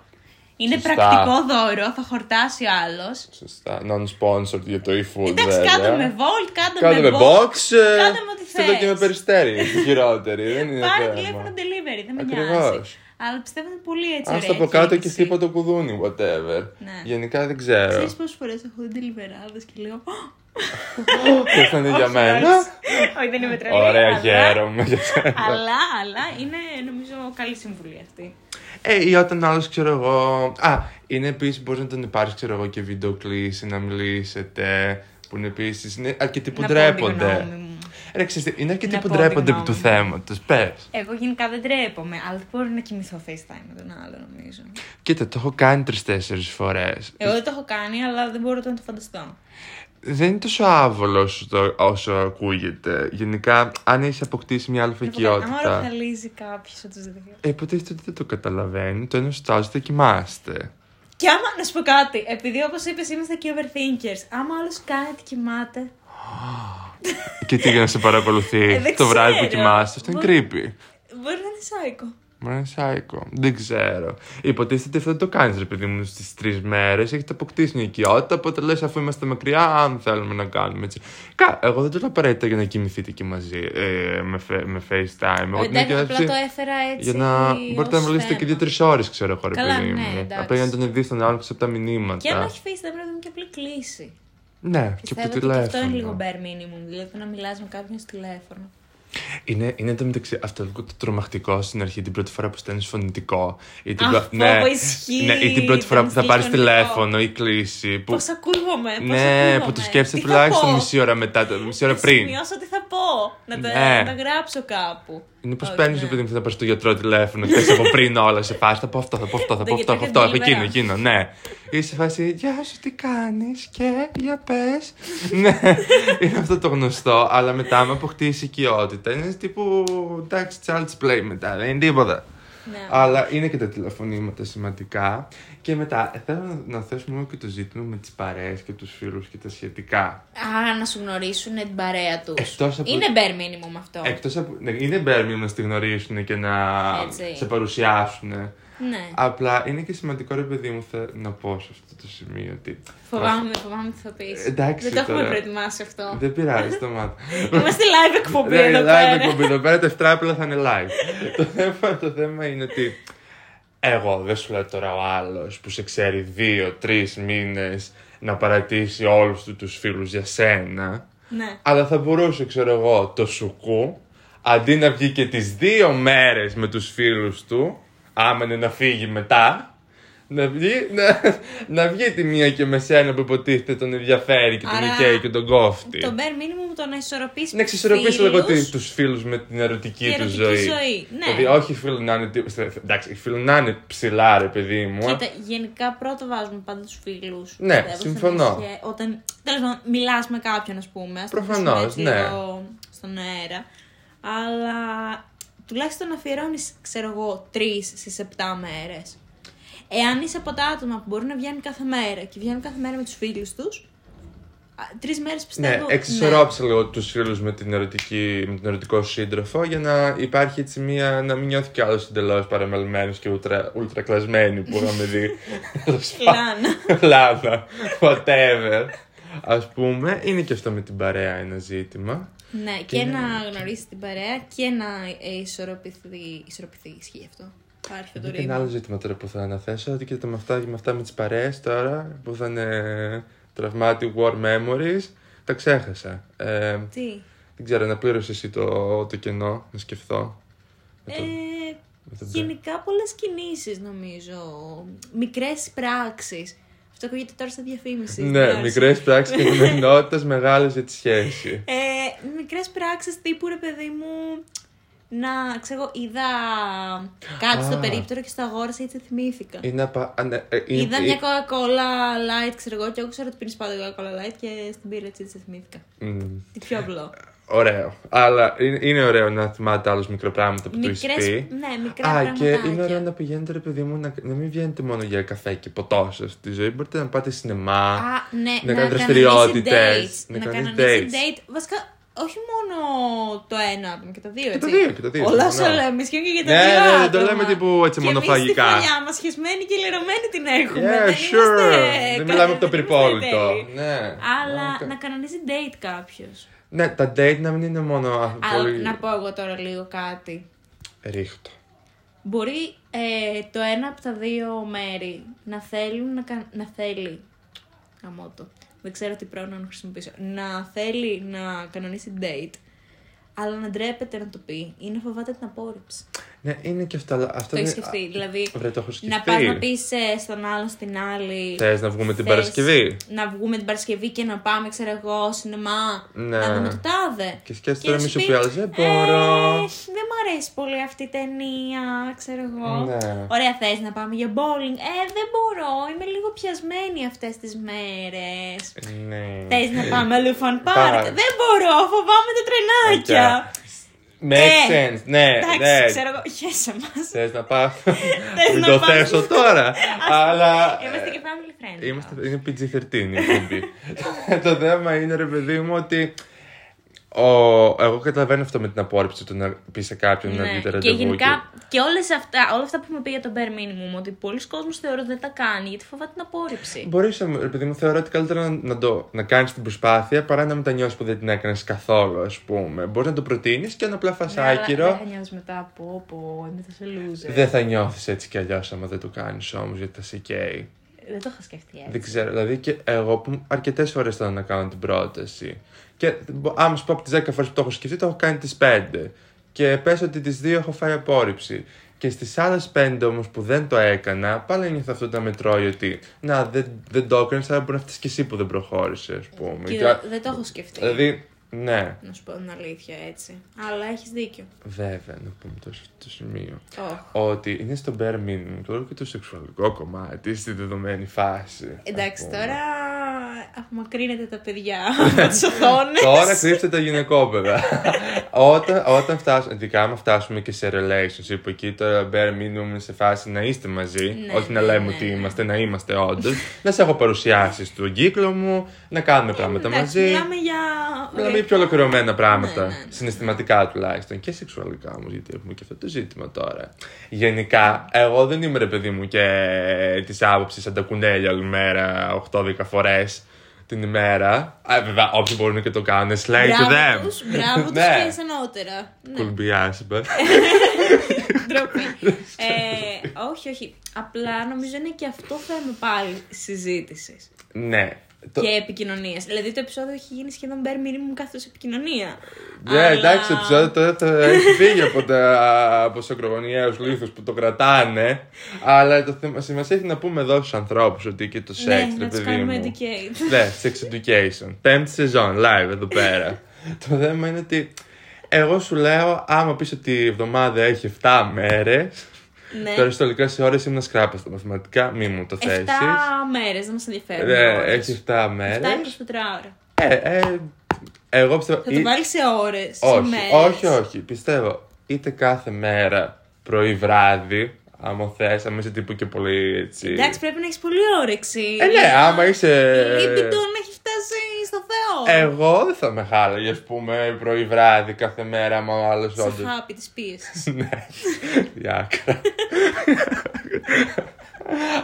Speaker 1: Είναι
Speaker 2: Σωστά.
Speaker 1: πρακτικό δώρο, θα χορτάσει ο άλλος.
Speaker 2: Σωστά. Non-sponsored για το e-food.
Speaker 1: Εντάξει,
Speaker 2: βέβαια.
Speaker 1: κάντε με volt, κάντε,
Speaker 2: Κάντε με box. ε,
Speaker 1: κάντε με ό,τι
Speaker 2: Στείλτε
Speaker 1: θες.
Speaker 2: και με περιστέρι. η Χειρότερη. Δεν είναι
Speaker 1: Πάρε τηλέφωνο
Speaker 2: θέμα.
Speaker 1: delivery, δεν με
Speaker 2: Ε, ναι, Ακριβώς.
Speaker 1: νοιάζει. Αλλά πιστεύω είναι πολύ έτσι.
Speaker 2: Ας
Speaker 1: ωραία
Speaker 2: το από κάτω και
Speaker 1: κίνηση.
Speaker 2: χτύπα το κουδούνι, whatever.
Speaker 1: Ναι.
Speaker 2: Γενικά δεν ξέρω.
Speaker 1: Ξέρεις πόσες φορές έχω δει delivery και λέω
Speaker 2: Και θα είναι για
Speaker 1: «Όχι,
Speaker 2: μένα.
Speaker 1: εντάξει». Όχι, δεν είμαι τρελή.
Speaker 2: Ωραία,
Speaker 1: αλλά-
Speaker 2: χαίρομαι για σένα.
Speaker 1: Αλλά, αλλά είναι νομίζω καλή συμβουλή αυτή.
Speaker 2: Ε, ή όταν άλλος ξέρω εγώ. Α, είναι επίσης μπορείς να τον υπάρχει, ξέρω εγώ, και βίντεο κλίση να μιλήσετε. Που είναι επίσης. Είναι αρκετοί που
Speaker 1: Να πω τη γνώμη
Speaker 2: ντρέπονται.
Speaker 1: μου.
Speaker 2: Ρε, ξέρεις τι, είναι αρκετοί
Speaker 1: Να
Speaker 2: που
Speaker 1: πω τη
Speaker 2: ντρέπονται
Speaker 1: γνώμη
Speaker 2: επί του
Speaker 1: μου.
Speaker 2: θέματος. Πες.
Speaker 1: Εγώ γενικά δεν τρέπομαι, αλλά δεν μπορώ να κοιμηθώ FaceTime με τον άλλο νομίζω.
Speaker 2: Κοίτα, το έχω κάνει τρει-τέσσερι φορές.
Speaker 1: Εγώ δεν το έχω κάνει, αλλά δεν μπορώ το να το φανταστώ.
Speaker 2: Δεν είναι τόσο άβολος όσο, το- όσο ακούγεται. Γενικά, αν έχεις αποκτήσει μια
Speaker 1: Να πω κάτι, Άμα
Speaker 2: αλφακιότητα.
Speaker 1: ροχαλίζει κάποιος από τους δύο.
Speaker 2: Ε, υποτίθεται ότι δεν το καταλαβαίνει. Το ενωστάζεται, κοιμάστε.
Speaker 1: Και άμα να σου πω κάτι, επειδή όπως είπες είμαστε και overthinkers, άμα άλλος κάνει τι κοιμάται.
Speaker 2: και τι για να σε παρακολουθεί
Speaker 1: Ε, δεν
Speaker 2: το βράδυ που
Speaker 1: ξέρω.
Speaker 2: κοιμάσαι. Αυτό είναι
Speaker 1: Μπορεί-
Speaker 2: creepy.
Speaker 1: Μπορεί να είναι σάικο.
Speaker 2: Μα είναι σάικο. Δεν ξέρω. Υποτίθεται ότι αυτό δεν το κάνεις, ρε παιδί μου, στις τρεις μέρες. Έχετε αποκτήσει μια οικειότητα. Οπότε λες, αφού είμαστε μακριά, αν θέλουμε να κάνουμε έτσι. Κα, εγώ δεν το λέω απαραίτητα για να κοιμηθείτε και μαζί ε, με, φε- με FaceTime. Εγώ την
Speaker 1: Εντάξει, Ε, απλά
Speaker 2: εκπαίδευση
Speaker 1: το έφερα έτσι.
Speaker 2: Για να
Speaker 1: ως
Speaker 2: μπορείτε να μιλήσετε και
Speaker 1: θέμα.
Speaker 2: δύο-τρει ώρες, ξέρω εγώ, ρε
Speaker 1: Καλά,
Speaker 2: παιδί
Speaker 1: ναι,
Speaker 2: μου.
Speaker 1: εντάξει.
Speaker 2: Απλά για να τον ειδεί τον άλλον ξέρεις από τα μηνύματα.
Speaker 1: Και αν έχει FaceTime, πρέπει να είναι και απλή κλίση.
Speaker 2: Ναι, και από
Speaker 1: Πιστεύω
Speaker 2: το ναι.
Speaker 1: ότι και
Speaker 2: τηλέφωνο.
Speaker 1: αυτό είναι λίγο bare minimum. Δηλαδή να μιλάς με κάποιον στο τηλέφωνο.
Speaker 2: Είναι, είναι το μεταξύ, αυτό λίγο το τρομακτικό στην αρχή, την πρώτη φορά που στέλνεις φωνητικό. Ή την,
Speaker 1: Αυτό
Speaker 2: ναι,
Speaker 1: ισχύει,
Speaker 2: ναι, ή την πρώτη φορά που θα
Speaker 1: ήταν
Speaker 2: πάρει
Speaker 1: στυλ φωνητικό.
Speaker 2: τηλέφωνο ή κλίση. Που,
Speaker 1: Πώς ακούγομαι, πώς
Speaker 2: ναι, που το σκέφτεσαι τουλάχιστον μισή ώρα μετά, το- μισή ώρα
Speaker 1: πριν. Να
Speaker 2: πριν.
Speaker 1: σημειώσω τι θα πω. Να τα,
Speaker 2: Ναι.
Speaker 1: να τα γράψω κάπου.
Speaker 2: Είναι πως
Speaker 1: Όχι,
Speaker 2: παίρνεις
Speaker 1: ναι.
Speaker 2: επειδή θα πάρεις στο γιατρό τηλέφωνο και θες από πριν όλα σε φάση. Θα πω αυτό, θα πω αυτό, θα πω
Speaker 1: Ναι, Δεν
Speaker 2: αυτό, έχω
Speaker 1: κοιτάει
Speaker 2: αυτό, έχω
Speaker 1: καλύτερα.
Speaker 2: εκείνο, εκείνο. Ναι. Είσαι σε φάση, Γεια σου, τι κάνεις και για πες. ναι, είναι αυτό το γνωστό, αλλά μετά με αποκτήσει οικειότητα. Είναι τύπου εντάξει, child's play μετά, δεν είναι τίποτα.
Speaker 1: Ναι.
Speaker 2: Αλλά είναι και τα τηλεφωνήματα σημαντικά. Και μετά ε, θέλω να- να θέσουμε λίγο και το ζήτημα με τις παρέες και τους φίλους και τα σχετικά.
Speaker 1: Α, να σου γνωρίσουν την παρέα τους.
Speaker 2: Εκτός από-
Speaker 1: Είναι bare minimum αυτό.
Speaker 2: Εκτός από. Ναι, είναι μπέρμι να στη γνωρίσουν και να
Speaker 1: Έτσι.
Speaker 2: σε παρουσιάσουν.
Speaker 1: Ναι.
Speaker 2: Απλά είναι και σημαντικό ρε παιδί μου θε- να πω σε αυτό το σημείο ότι.
Speaker 1: Φοβάμαι, φοβάμαι τι θα πεις.
Speaker 2: Εντάξει,
Speaker 1: Δεν το έχουμε
Speaker 2: τώρα.
Speaker 1: προετοιμάσει αυτό.
Speaker 2: Δεν πειράζει το μάτι.
Speaker 1: Είμαστε live εκπομπή
Speaker 2: Ναι,
Speaker 1: εδώ
Speaker 2: live
Speaker 1: πέρα.
Speaker 2: εκπομπή. Εδώ πέρα τα ευτράπελα θα είναι live. το, θέμα, το θέμα είναι ότι. Εγώ δεν σου λέω τώρα ο άλλος που σε ξέρει δύο-τρει μήνες να παρατήσει όλους του τους φίλους για σένα.
Speaker 1: Ναι.
Speaker 2: Αλλά θα μπορούσε, ξέρω εγώ, το σουκού αντί να βγει και τις δύο μέρες με τους φίλους του, άμα είναι να φύγει μετά, να βγει, να, να βγει τη μία και με σένα που υποτίθεται τον ενδιαφέρει και τον
Speaker 1: Άρα,
Speaker 2: οικαίει και τον κόφτη.
Speaker 1: Το bare minimum το να ισορροπήσει.
Speaker 2: Να εξισορροπήσει λίγο
Speaker 1: φίλους.
Speaker 2: τι- τους φίλους με την ερωτική
Speaker 1: και
Speaker 2: τους
Speaker 1: ερωτική
Speaker 2: ζωή.
Speaker 1: ζωή, ναι.
Speaker 2: Δηλαδή, όχι οι φίλοι να είναι. τύπου- Εντάξει, οι φίλοι να είναι ψηλά, ρε παιδί μου.
Speaker 1: Κοίτα, γενικά πρώτα βάζουμε πάντα τους φίλους.
Speaker 2: Ναι, συμφωνώ.
Speaker 1: Όταν τέλος πάντων μιλάς με κάποιον, ας πούμε. ας το
Speaker 2: Προφανώς,
Speaker 1: θέσουμε έτσι
Speaker 2: ναι.
Speaker 1: εδώ Στον αέρα. Αλλά τουλάχιστον αφιερώνεις, ξέρω εγώ, τρεις στι επτά μέρες. Εάν είσαι από τα άτομα που μπορούν να βγαίνουν κάθε μέρα και βγαίνουν κάθε μέρα με τους φίλους τους, τρεις μέρες
Speaker 2: Ναι,
Speaker 1: πιστεύω. Ναι.
Speaker 2: εξισορρόψε λίγο τους φίλους με, την ερωτική- με τον ερωτικό σύντροφο για να υπάρχει έτσι μία. να μην νιώθει κι άλλος εντελώς παραμελμένο και ουλτρα, ουλτρακλασμένο που είχαμε δει.
Speaker 1: Λάνα.
Speaker 2: Λάνα. Whatever. Ας πούμε, είναι και αυτό με την παρέα ένα ζήτημα.
Speaker 1: Ναι, και, να γνωρίσει την παρέα και να ε, ισορροπηθεί. Ισορροπηθεί, ισχύει αυτό. Υπάρχει αυτό το
Speaker 2: Είναι και ένα
Speaker 1: ρήμα.
Speaker 2: άλλο ζήτημα τώρα που θα αναθέσω. Ότι και τα με αυτά, με αυτά με τις παρέες τώρα που θα είναι τραυμάτι war memories. Τα ξέχασα. Ε,
Speaker 1: Τι.
Speaker 2: δεν ξέρω, να πλήρωσε εσύ το, το κενό, να σκεφτώ. Με το-
Speaker 1: Ε,
Speaker 2: με τον Μπέρ.
Speaker 1: γενικά πολλές κινήσεις νομίζω. Μικρές πράξεις. Αυτό ακούγεται τώρα στα διαφήμιση.
Speaker 2: Ναι, μικρές πράξεις καθημερινότητας μεγάλες για τη σχέση.
Speaker 1: Ε, μικρές πράξεις τύπου ρε παιδί μου. να ξέρω, είδα κάτι στο
Speaker 2: Α.
Speaker 1: περίπτερο και στο αγόρασα έτσι θυμήθηκα.
Speaker 2: Είναι απα... ανε- ε, είναι-
Speaker 1: Είδα
Speaker 2: ε,
Speaker 1: μια Coca-Cola light, ξέρω εγώ, και εγώ ξέρω ότι πίνεις πάντα Coca-Cola light και στην πήρα έτσι, έτσι θυμήθηκα.
Speaker 2: Μμ.
Speaker 1: Τι πιο απλό.
Speaker 2: Ωραίο. Αλλά είναι, είναι ωραίο να θυμάται άλλος μικρό πράγματα που του έχει
Speaker 1: Μικρές-
Speaker 2: πει.
Speaker 1: ναι, μικρά
Speaker 2: Α, και
Speaker 1: πραγματάκια.
Speaker 2: είναι ωραίο να πηγαίνετε, ρε παιδί μου, να, να μην βγαίνετε μόνο για καφέ και ποτό σα στη ζωή. Μπορείτε να πάτε σινεμά.
Speaker 1: Α, ναι, να
Speaker 2: να κάνεις
Speaker 1: δραστηριότητε.
Speaker 2: δραστηριότητες,
Speaker 1: Να
Speaker 2: να κάνεις
Speaker 1: κανονίσει date.
Speaker 2: dates.
Speaker 1: Βασικά, όχι μόνο το ένα άτομο και τα δύο,
Speaker 2: τα
Speaker 1: έτσι.
Speaker 2: δύο, και τα δύο,
Speaker 1: Όλα
Speaker 2: συμφωνώ.
Speaker 1: όσα λέμε σχεδόν και για τα
Speaker 2: Ναι,
Speaker 1: δύο.
Speaker 2: ναι,
Speaker 1: άτομα.
Speaker 2: δεν το λέμε τύπου έτσι μονοφαγικά.
Speaker 1: Και εμείς τη φωλιά μας χεσμένη και λερωμένη την έχουμε.
Speaker 2: yeah,
Speaker 1: δεν
Speaker 2: sure.
Speaker 1: είμαστε
Speaker 2: Δεν
Speaker 1: κα-
Speaker 2: μιλάμε από
Speaker 1: δεν είμαστε
Speaker 2: το περιπόλυτο.
Speaker 1: τέλειοι.
Speaker 2: Ναι.
Speaker 1: Αλλά
Speaker 2: Οκ.
Speaker 1: να κανονίζει date κάποιος.
Speaker 2: Ναι, τα date να μην είναι μόνο. α,
Speaker 1: Αλλά
Speaker 2: πολύ-
Speaker 1: να πω εγώ τώρα λίγο κάτι.
Speaker 2: Ρίχτω.
Speaker 1: Μπορεί ε, το ένα από τα δύο μέρη να θέλουν να, κα... να θέλει. Γαμώ το. Δεν ξέρω τι πρόνον χρησιμοποιήσω. Να θέλει να κανονίσει date, αλλά να ντρέπεται να το πει ή να φοβάται την απόρριψη.
Speaker 2: Ναι, είναι και αυτά. αλλά Αυτό
Speaker 1: Το έχεις
Speaker 2: είναι-
Speaker 1: σκεφτεί. Δηλαδή,
Speaker 2: Βρε, το έχω
Speaker 1: να
Speaker 2: σκεφτεί.
Speaker 1: πας να πεις στον άλλον στην άλλη.
Speaker 2: Θες να βγούμε την
Speaker 1: «Θες
Speaker 2: Παρασκευή.
Speaker 1: Να βγούμε την Παρασκευή και να πάμε, ξέρω εγώ, σινεμά.
Speaker 2: Ναι.
Speaker 1: Να δούμε το τάδε.
Speaker 2: Και σκέφτεσαι
Speaker 1: να
Speaker 2: τώρα μη
Speaker 1: σου
Speaker 2: σου
Speaker 1: πει,
Speaker 2: πει άλλος, «Δεν μπορώ».
Speaker 1: «Ε, δεν μου αρέσει πολύ αυτή η ταινία, ξέρω εγώ.
Speaker 2: Ναι.
Speaker 1: Ωραία, θες να πάμε για bowling. Ε, δεν μπορώ. Είμαι λίγο πιασμένη αυτές τις μέρες.
Speaker 2: Ναι.
Speaker 1: Θες να πάμε Elephant Park.
Speaker 2: Πάρε.
Speaker 1: Δεν μπορώ, φοβάμαι τα τρενάκια.
Speaker 2: Makes
Speaker 1: Ε,
Speaker 2: sense. Ναι,
Speaker 1: Εντάξει,
Speaker 2: ναι.
Speaker 1: ξέρω εγώ, χέσε μα.
Speaker 2: Θες να πάω.
Speaker 1: να
Speaker 2: Μην το
Speaker 1: πάμε.
Speaker 2: θέσω τώρα. Αλλά. ε,
Speaker 1: Είμαστε και family friends.
Speaker 2: Είμαστε, είναι PG-13 η εκπομπή. το θέμα είναι, ρε παιδί μου, ότι ο, εγώ καταλαβαίνω αυτό με την απόρριψη του να πει σε κάποιον να βγείτε
Speaker 1: Ναι. και
Speaker 2: ραντεβού.
Speaker 1: γενικά και όλες αυτά, όλα αυτά που μου πει για το bare minimum, ότι πολλοί κόσμοι θεωρούν ότι δεν τα κάνει γιατί φοβάται την απόρριψη.
Speaker 2: Μπορείς, ρε παιδί ε, μου, θεωρώ ότι καλύτερα να, να, το, να κάνεις την προσπάθεια παρά να μετανιώσεις που δεν την έκανες καθόλου, ας πούμε. Μπορείς να το προτείνεις και αν απλά φας άκυρο.
Speaker 1: Δεν θα νιώσεις μετά από πω, είμαι θα σε loser.
Speaker 2: Δεν θα νιώθεις έτσι κι αλλιώς άμα δεν το κάνεις όμως γιατί θα σε καίει.
Speaker 1: Δεν το είχα σκεφτεί έτσι.
Speaker 2: Δεν ξέρω, δηλαδή και εγώ που αρκετές φορές θέλω να κάνω την πρόταση. Και μπο- άμα σου πω από τις 10 φορές που το έχω σκεφτεί, το έχω κάνει τις 5. Και πες ότι τις 2 έχω φάει απόρριψη. Και στις άλλες 5 όμως που δεν το έκανα, πάλι ένιωθα αυτό να με τρώει ότι να δεν, δεν το έκανες, αλλά μπορεί να φτιάξει κι εσύ που δεν προχώρησες, ας πούμε.
Speaker 1: Και
Speaker 2: Και-
Speaker 1: δεν- δεν το έχω σκεφτεί.
Speaker 2: δηλαδή, ναι,
Speaker 1: Να σου πω την αλήθεια έτσι. Αλλά έχεις δίκιο.
Speaker 2: βέβαια να πούμε το, σ- το σημείο.
Speaker 1: Oh.
Speaker 2: Ότι είναι στο bare minimum το και το σεξουαλικό κομμάτι στη δεδομένη φάση. ας
Speaker 1: Εντάξει,
Speaker 2: πούμε.
Speaker 1: τώρα απομακρύνετε τα παιδιά από τις οθόνες.
Speaker 2: Τώρα κρύψτε τα γυναικόπαιδα. όταν, όταν φτάσουμε, ειδικά άμα φτάσουμε και σε relationship, που εκεί τώρα bare minimum είναι σε φάση να είστε μαζί,
Speaker 1: Ναι,
Speaker 2: όχι να
Speaker 1: ναι,
Speaker 2: λέμε
Speaker 1: ναι,
Speaker 2: ότι
Speaker 1: ναι.
Speaker 2: είμαστε, να είμαστε όντως. να σε έχω παρουσιάσεις στον κύκλο μου, να κάνουμε πράγματα
Speaker 1: Εντάξει,
Speaker 2: μαζί.
Speaker 1: Μιλάμε για...
Speaker 2: Μιλάμε για πιο ολοκληρωμένα πράγματα.
Speaker 1: Ναι, ναι, ναι.
Speaker 2: Συναισθηματικά τουλάχιστον. Και σεξουαλικά όμως, γιατί έχουμε και αυτό το ζήτημα τώρα. Γενικά, εγώ δεν είμαι ρε παιδί μου και της άποψης σαν τα κουνέλια όλη μέρα 8-10 φορές την ημέρα. Α, βέβαια, όποιοι μπορούν και το κάνουν, slay to them.
Speaker 1: Μπράβο τους, μπράβο τους
Speaker 2: ναι.
Speaker 1: και σαν ότερα. Ναι.
Speaker 2: Κουλμπιάς, είπα.
Speaker 1: Ντροπή. ε, όχι, όχι. Απλά νομίζω είναι και αυτό θέμα πάλι συζήτησης
Speaker 2: ναι. Το...
Speaker 1: και επικοινωνία. Δηλαδή το επεισόδιο έχει γίνει σχεδόν bare minimum καθώς επικοινωνία.
Speaker 2: Ναι,
Speaker 1: Αλλά-
Speaker 2: εντάξει, το επεισόδιο τώρα θα έχει φύγει από, τα, από τους ακρογωνιαίους λίθους που το κρατάνε. Αλλά το θέμα σημασία έχει να πούμε εδώ στους ανθρώπους ότι και το
Speaker 1: Ναι,
Speaker 2: σεξ, ρε
Speaker 1: να τους
Speaker 2: παιδί
Speaker 1: κάνουμε
Speaker 2: μου.
Speaker 1: educate.
Speaker 2: Ναι, sex education. Πέμπτη σεζόν, live εδώ πέρα. το θέμα είναι ότι εγώ σου λέω, άμα πεις ότι η εβδομάδα έχει 7 μέρες,
Speaker 1: ναι.
Speaker 2: τώρα ιστορικά σε ώρες ήμουν σκράπα στα μαθηματικά, μη μου το θέσεις.
Speaker 1: 7 μέρες, δεν μα ενδιαφέρει.
Speaker 2: Ναι, έχει 7 μέρες.
Speaker 1: 7 24 ώρα.
Speaker 2: Ε, ε, εγώ πιστεύω...
Speaker 1: Θα το
Speaker 2: ή-
Speaker 1: βάλεις σε ώρες.
Speaker 2: όχι, όχι, όχι. Πιστεύω είτε κάθε μέρα πρωί βράδυ, άμα θες, άμα είσαι τύπου και πολύ έτσι.
Speaker 1: Εντάξει, πρέπει να έχεις πολύ όρεξη.
Speaker 2: Ε, ναι, άμα είσαι. Ε,
Speaker 1: Η λύπη των έχει φτάσει στο Θεό.
Speaker 2: Εγώ δεν θα με χάλαγε, ας πούμε, πρωί βράδυ κάθε μέρα, άμα ο άλλος
Speaker 1: Σε
Speaker 2: όντως.
Speaker 1: χάπι της πίεσης.
Speaker 2: Ναι, η άκρα.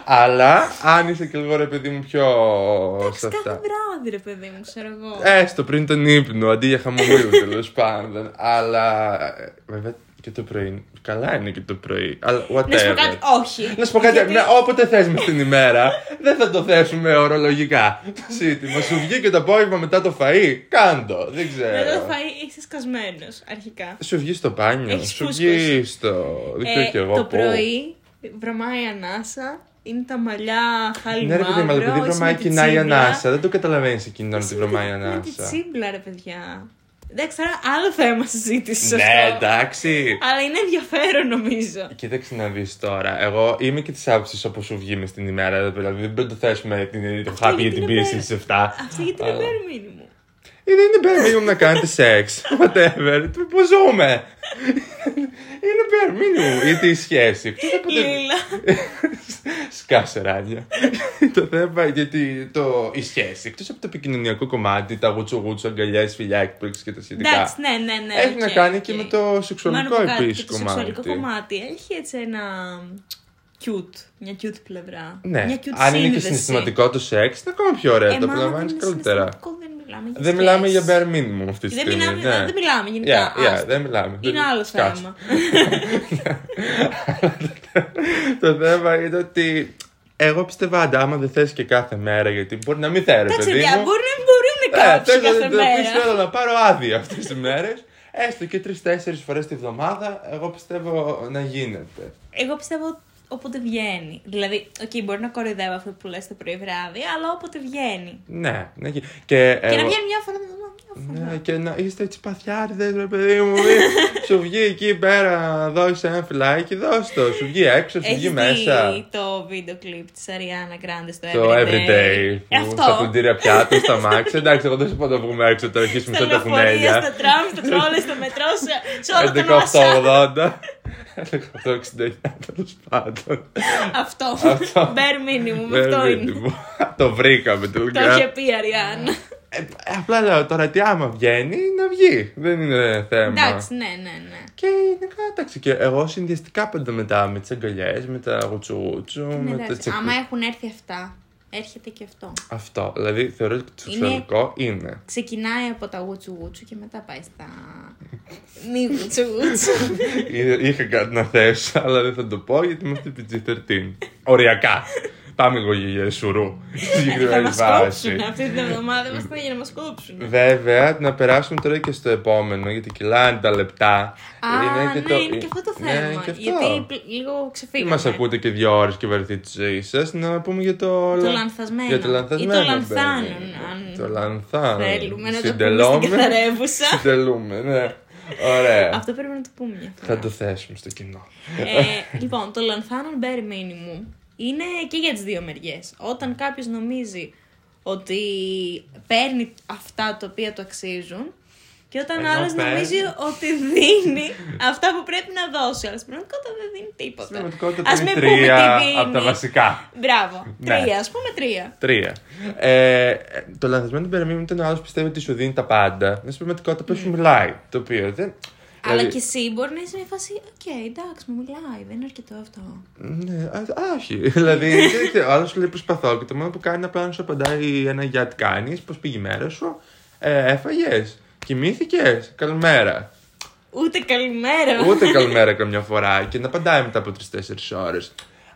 Speaker 2: Αλλά αν είσαι και λίγο ρε παιδί μου πιο σε
Speaker 1: Κάθε
Speaker 2: αυτά.
Speaker 1: βράδυ, ρε παιδί μου, ξέρω εγώ.
Speaker 2: Έστω πριν τον ύπνο, αντί για χαμογέλο τέλος πάντων. Αλλά ε, βέβαια και το πρωί. Καλά είναι και το πρωί. Αλλά whatever.
Speaker 1: Να σου πω κάτι, όχι.
Speaker 2: Να σου πω κάτι,
Speaker 1: Γιατί-
Speaker 2: ναι, όποτε θες μες την ημέρα, δεν θα το θέσουμε ορολογικά το ζήτημα. Σου βγήκε το απόγευμα μετά το φαΐ, κάντο, δεν
Speaker 1: Μετά το
Speaker 2: ξέρω.
Speaker 1: φαΐ είσαι σκασμένος αρχικά.
Speaker 2: Σου βγει στο μπάνιο,
Speaker 1: Έχεις
Speaker 2: σου
Speaker 1: φούσκωση.
Speaker 2: βγει στο... Δεν ξέρω κι εγώ
Speaker 1: Ε, το
Speaker 2: πού.
Speaker 1: πρωί βρωμάει η ανάσα, είναι τα μαλλιά χάλι
Speaker 2: Ναι ρε παιδί μου, αλλά
Speaker 1: μαύρο,
Speaker 2: επειδή
Speaker 1: είσαι με
Speaker 2: βρωμάει
Speaker 1: τη
Speaker 2: κοινά η
Speaker 1: τσίμπλα.
Speaker 2: ανάσα, δεν το καταλαβαίνεις εκείνον
Speaker 1: Είσαι
Speaker 2: ότι βρωμάει η
Speaker 1: με τη- Με τη
Speaker 2: ανάσα.
Speaker 1: τσίμπλα ρε παιδιά. Εντάξει, τώρα άλλο θέμα συζήτησης.
Speaker 2: Ναι, εντάξει.
Speaker 1: Αλλά είναι ενδιαφέρον νομίζω.
Speaker 2: Κοίταξε να δεις τώρα. Εγώ είμαι και της άποψης όπω σου βγει μες την ημέρα. Δηλαδή δεν το θέσουμε την- το χάπι για
Speaker 1: γιατί
Speaker 2: την
Speaker 1: είναι
Speaker 2: πίεση
Speaker 1: μπέρα.
Speaker 2: στι 7.
Speaker 1: Αυτή γιατί
Speaker 2: Αλλά-
Speaker 1: είναι bare minimum.
Speaker 2: Ε, Δεν είναι bare minimum να κάνετε σεξ. Whatever. Τι- Πού ζούμε. Είναι bare minimum. Ή τη σχέση. Ποιος θα ποτέ-
Speaker 1: Λίλα.
Speaker 2: Σκάσε ράδια. το θέμα γιατί το, η σχέση. Εκτός από το επικοινωνιακό κομμάτι, τα γουτσου γουτσου, αγκαλιές, φιλιά, έκπληξη και τα σχετικά.
Speaker 1: Εντάξει, ναι, ναι, ναι.
Speaker 2: Έχει
Speaker 1: οκ,
Speaker 2: να κάνει
Speaker 1: οκ.
Speaker 2: και με το
Speaker 1: Μάλλον
Speaker 2: σεξουαλικό
Speaker 1: που κάτι
Speaker 2: επίσης
Speaker 1: και Το σεξουαλικό
Speaker 2: κομμάτι.
Speaker 1: κομμάτι έχει έτσι ένα cute, μια cute πλευρά.
Speaker 2: Ναι,
Speaker 1: μια cute
Speaker 2: αν είναι και
Speaker 1: σύνδεση.
Speaker 2: συναισθηματικό το σεξ, είναι ακόμα πιο ωραίο.
Speaker 1: Ε,
Speaker 2: το
Speaker 1: μα άμα
Speaker 2: απολαμβάνει
Speaker 1: δεν είναι
Speaker 2: καλύτερα.
Speaker 1: συναισθηματικό, Δεν μιλάμε για
Speaker 2: Δεν μιλάμε για
Speaker 1: σχέσεις.
Speaker 2: bare minimum αυτή τη
Speaker 1: Δεν
Speaker 2: στιγμή.
Speaker 1: μιλάμε,
Speaker 2: ναι.
Speaker 1: δεν μιλάμε γενικά.
Speaker 2: Yeah, yeah,
Speaker 1: άστο.
Speaker 2: δεν μιλάμε.
Speaker 1: Είναι
Speaker 2: Δεν-
Speaker 1: άλλο
Speaker 2: σκάσε.
Speaker 1: θέμα.
Speaker 2: το θέμα είναι ότι εγώ πιστεύω άντα, άμα δεν θες και κάθε μέρα, γιατί μπορεί να μην θέλει,
Speaker 1: Εντάξει,
Speaker 2: παιδί
Speaker 1: παιδιά,
Speaker 2: μου.
Speaker 1: μπορεί να μπορούν
Speaker 2: Ε,
Speaker 1: κάποιοι
Speaker 2: θέλω να
Speaker 1: κάθε
Speaker 2: το πεις,
Speaker 1: μέρα.
Speaker 2: θέλω να πάρω άδεια αυτές τις μέρες. Έστω και τρει-τέσσερι φορές τη βδομάδα, εγώ πιστεύω να γίνεται.
Speaker 1: Εγώ πιστεύω όποτε βγαίνει. Δηλαδή, οκ, μπορεί να κοροϊδεύω αυτό που λες το πρωί βράδυ, αλλά όποτε βγαίνει.
Speaker 2: Ναι, ναι. Και, και
Speaker 1: Και να
Speaker 2: εγώ-
Speaker 1: βγαίνει μια φορά την εβδομάδα, μια φορά.
Speaker 2: Ναι, και να είστε έτσι παθιάριδες, ρε παιδί μου. μη- σου βγει εκεί πέρα, δώσε ένα φυλάκι, δώσ' το. Σου βγει έξω, σου βγει
Speaker 1: Έχεις
Speaker 2: μέσα.
Speaker 1: δει Ναι, το βίντεο κλιπ της Αριάννα Grande στο
Speaker 2: Το everyday.
Speaker 1: ναι, Ε,
Speaker 2: Που
Speaker 1: Αυτό.
Speaker 2: στα κουντήρια πιάτου, στα μάξι. Εντάξει, εγώ δεν σου πω να βγούμε έξω τώρα, αρχίσουμε
Speaker 1: Στα
Speaker 2: αυτά τα
Speaker 1: λεωφορεία,
Speaker 2: κουνέλια.
Speaker 1: στα τραμ, στα τρόλες, στο μετρό, σε- σε όλα τα νόσα.
Speaker 2: 11.80. 11.69 τέλος πάντων.
Speaker 1: Αυτό.
Speaker 2: Αυτό.
Speaker 1: Bare minimum,
Speaker 2: Ε,
Speaker 1: αυτό
Speaker 2: παιδί
Speaker 1: είναι.
Speaker 2: μου. Το βρήκαμε
Speaker 1: Το είχε
Speaker 2: τελικά.
Speaker 1: πει η Αριάννα.
Speaker 2: Ε, Απλά λέω τώρα τι άμα βγαίνει, να βγει. Δεν είναι θέμα.
Speaker 1: Εντάξει, ναι, ναι, ναι.
Speaker 2: Και είναι κάταξη. Και εγώ συνδυαστικά πάντα μετά με τις αγκαλιές, με τα γουτσουγούτσου,
Speaker 1: Ναι,
Speaker 2: με τα
Speaker 1: εντάξει.
Speaker 2: τσεκού.
Speaker 1: Άμα έχουν έρθει αυτά, έρχεται και αυτό.
Speaker 2: Αυτό. Δηλαδή θεωρώ ότι το
Speaker 1: Είναι-
Speaker 2: σεξουαλικό είναι.
Speaker 1: Ξεκινάει από τα γουτσου γουτσου και μετά πάει στα μη γουτσου γουτσου.
Speaker 2: Ε, Είχα κάτι να θέσω, αλλά δεν θα το πω γιατί είμαστε PG-13. Οριακά. Πάμε εγώ για σουρού. στη
Speaker 1: Ε, θα
Speaker 2: συγκεκριμένη
Speaker 1: μας
Speaker 2: βάση.
Speaker 1: κόψουν αυτή την εβδομάδα, μας πήγαινε να μας κόψουν.
Speaker 2: Βέβαια, να περάσουμε τώρα και στο επόμενο, γιατί κυλάνε τα λεπτά.
Speaker 1: Α, ναι, είναι και αυτό το
Speaker 2: Ναι,
Speaker 1: θέμα.
Speaker 2: και αυτό.
Speaker 1: Γιατί πλ- λίγο
Speaker 2: Μην
Speaker 1: ξεφύγαμε.
Speaker 2: μας ακούτε και δύο ώρες και βαρεθεί της ζωής σας, να πούμε για το.
Speaker 1: Το λανθασμένο.
Speaker 2: Για το
Speaker 1: Ή το
Speaker 2: λανθασμένο.
Speaker 1: λανθάνον,
Speaker 2: παιδί μου.
Speaker 1: αν
Speaker 2: Το λανθάνον.
Speaker 1: Θέλουμε να το πούμε στην
Speaker 2: Συντελώμε.
Speaker 1: καθαρεύουσα.
Speaker 2: Συντελούμε, ναι. Ωραία.
Speaker 1: Αυτό πρέπει να το πούμε μια
Speaker 2: Θα
Speaker 1: φορά.
Speaker 2: το θέσουμε στο κοινό.
Speaker 1: Ε, λοιπόν, το λανθάνον bare minimum είναι και για τις δύο μεριές. Όταν κάποιος νομίζει ότι παίρνει αυτά τα οποία του αξίζουν και όταν
Speaker 2: Ενώ
Speaker 1: άλλος
Speaker 2: παίρνει.
Speaker 1: νομίζει ότι δίνει αυτά που πρέπει να δώσει. Αλλά στην πραγματικότητα δεν δίνει τίποτα.
Speaker 2: Στην πραγματικότητα
Speaker 1: Ας
Speaker 2: παίρνει
Speaker 1: μην πούμε
Speaker 2: τρία
Speaker 1: τι δίνει.
Speaker 2: από τα βασικά.
Speaker 1: Μπράβο.
Speaker 2: Ναι.
Speaker 1: Τρία, ας πούμε τρία.
Speaker 2: Τρία. Ε, το λανθασμένο περιμήνυμα ήταν ο άλλος πιστεύει ότι σου δίνει τα πάντα. Ενώ στην πραγματικότητα που σου μιλάει. Το οποίο δεν.
Speaker 1: Αλλά
Speaker 2: δηλαδή-
Speaker 1: και εσύ μπορεί να είσαι με φάση, οκ, εντάξει, μου μιλάει, δεν είναι αρκετό αυτό.
Speaker 2: Ναι, α, α, όχι. δηλαδή, ο άλλος λέει προσπαθώ και το μόνο που κάνει είναι απλά να σου απαντάει ένα για τι κάνεις, πώς πήγε η μέρα σου. Ε, Έφαγες, κοιμήθηκες, καλημέρα.
Speaker 1: Ούτε καλημέρα.
Speaker 2: Ούτε καλημέρα καμιά φορά και να απαντάει μετά από 3-4 ώρε.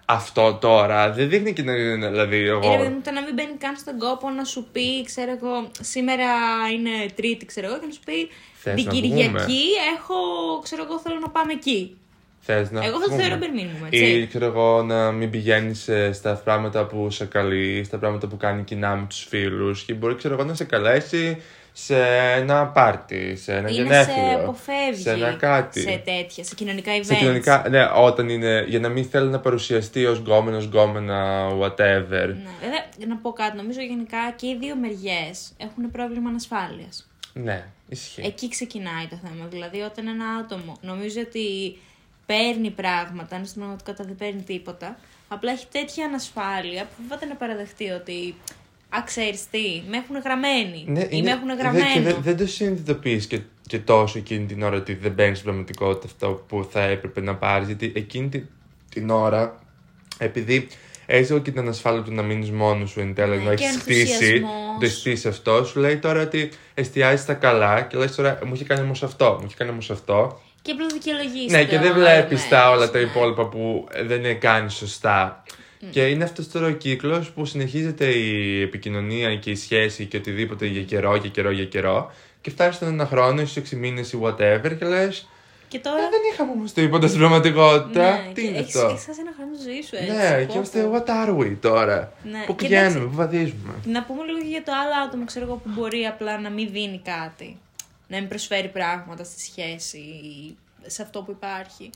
Speaker 2: Αυτό τώρα δεν δείχνει και να. Δηλαδή,
Speaker 1: Ε, ρε παιδί
Speaker 2: εγώ.
Speaker 1: μου, το να μην μπαίνει καν στον κόπο να σου πει, ξέρω εγώ, σήμερα είναι Τρίτη, ξέρω εγώ, και να σου πει
Speaker 2: Θες
Speaker 1: την
Speaker 2: να
Speaker 1: Κυριακή έχω, ξέρω εγώ, θέλω να πάμε εκεί.
Speaker 2: Θες να
Speaker 1: Εγώ θα το
Speaker 2: πούμε.
Speaker 1: θεωρώ bare minimum,
Speaker 2: Ή
Speaker 1: έτσι.
Speaker 2: ξέρω εγώ να μην πηγαίνεις ε, στα πράγματα που σε καλεί, στα πράγματα που κάνει κοινά με τους φίλους και μπορεί ξέρω εγώ να σε καλέσει σε ένα πάρτι, σε ένα
Speaker 1: Ή να σε
Speaker 2: Ε, γενέθλιο.
Speaker 1: αποφεύγει.
Speaker 2: Σε ένα κάτι.
Speaker 1: σε τέτοια, σε κοινωνικά events.
Speaker 2: Σε κοινωνικά, ναι, όταν είναι, για να μην θέλει να παρουσιαστεί ως γκόμενος, γκόμενα, whatever.
Speaker 1: Ναι, βέβαια, να πω κάτι, νομίζω γενικά και οι δύο μεριές έχουν πρόβλημα ανασφάλειας.
Speaker 2: Ναι, ισχύει.
Speaker 1: Εκεί ξεκινάει το θέμα. Δηλαδή, όταν ένα άτομο νομίζει ότι παίρνει πράγματα, αν στην πραγματικότητα δεν παίρνει τίποτα, απλά έχει τέτοια ανασφάλεια που φοβάται να παραδεχτεί ότι Α, ξέρεις τι, με έχουν γραμμένη.
Speaker 2: Ναι,
Speaker 1: ή με έχουν
Speaker 2: δε-
Speaker 1: γραμμένο.
Speaker 2: και δε- δεν το συνειδητοποιείς και, και τόσο εκείνη την ώρα ότι δεν παίρνει στην πραγματικότητα αυτό που θα έπρεπε να πάρεις. Γιατί εκείνη την, την ώρα, επειδή έχει όλη και την ανασφάλεια του να μείνεις μόνος σου εν τέλει,
Speaker 1: Ναι,
Speaker 2: να
Speaker 1: και
Speaker 2: έχει χτίσει,
Speaker 1: ενθουσιασμός.
Speaker 2: το έχεις χτίσει αυτό, σου λέει τώρα ότι εστιάζεις στα καλά και λες τώρα μου έχει κάνει όμως αυτό, μου έχει κάνει όμως αυτό.
Speaker 1: Και απλά δικαιολογείς
Speaker 2: Ναι,
Speaker 1: το
Speaker 2: και δεν
Speaker 1: άλλο
Speaker 2: βλέπεις τα
Speaker 1: μέρος.
Speaker 2: όλα τα υπόλοιπα που δεν είναι κάνει σωστά. Και είναι αυτός τώρα ο κύκλος που συνεχίζεται η επικοινωνία και η σχέση και οτιδήποτε για καιρό, για καιρό, για καιρό. Και φτάνει στον ένα χρόνο, ίσω 6 μήνες ή whatever, και λες.
Speaker 1: Και τώρα.
Speaker 2: Δεν είχαμε όμως τίποτα στην πραγματικότητα.
Speaker 1: ναι,
Speaker 2: Τι είναι
Speaker 1: έχεις,
Speaker 2: αυτό.
Speaker 1: έχεις χάσει ένα χρόνο τη ζωής σου, έτσι.
Speaker 2: ναι,
Speaker 1: πω,
Speaker 2: και είμαστε
Speaker 1: πω.
Speaker 2: what are we τώρα.
Speaker 1: Ναι,
Speaker 2: Πού
Speaker 1: και
Speaker 2: πηγαίνουμε, πού βαδίζουμε.
Speaker 1: Να πούμε λίγο και για το άλλο άτομο, ξέρω εγώ, που μπορεί απλά να μην δίνει κάτι. να μην προσφέρει πράγματα στη σχέση ή σε αυτό που υπάρχει.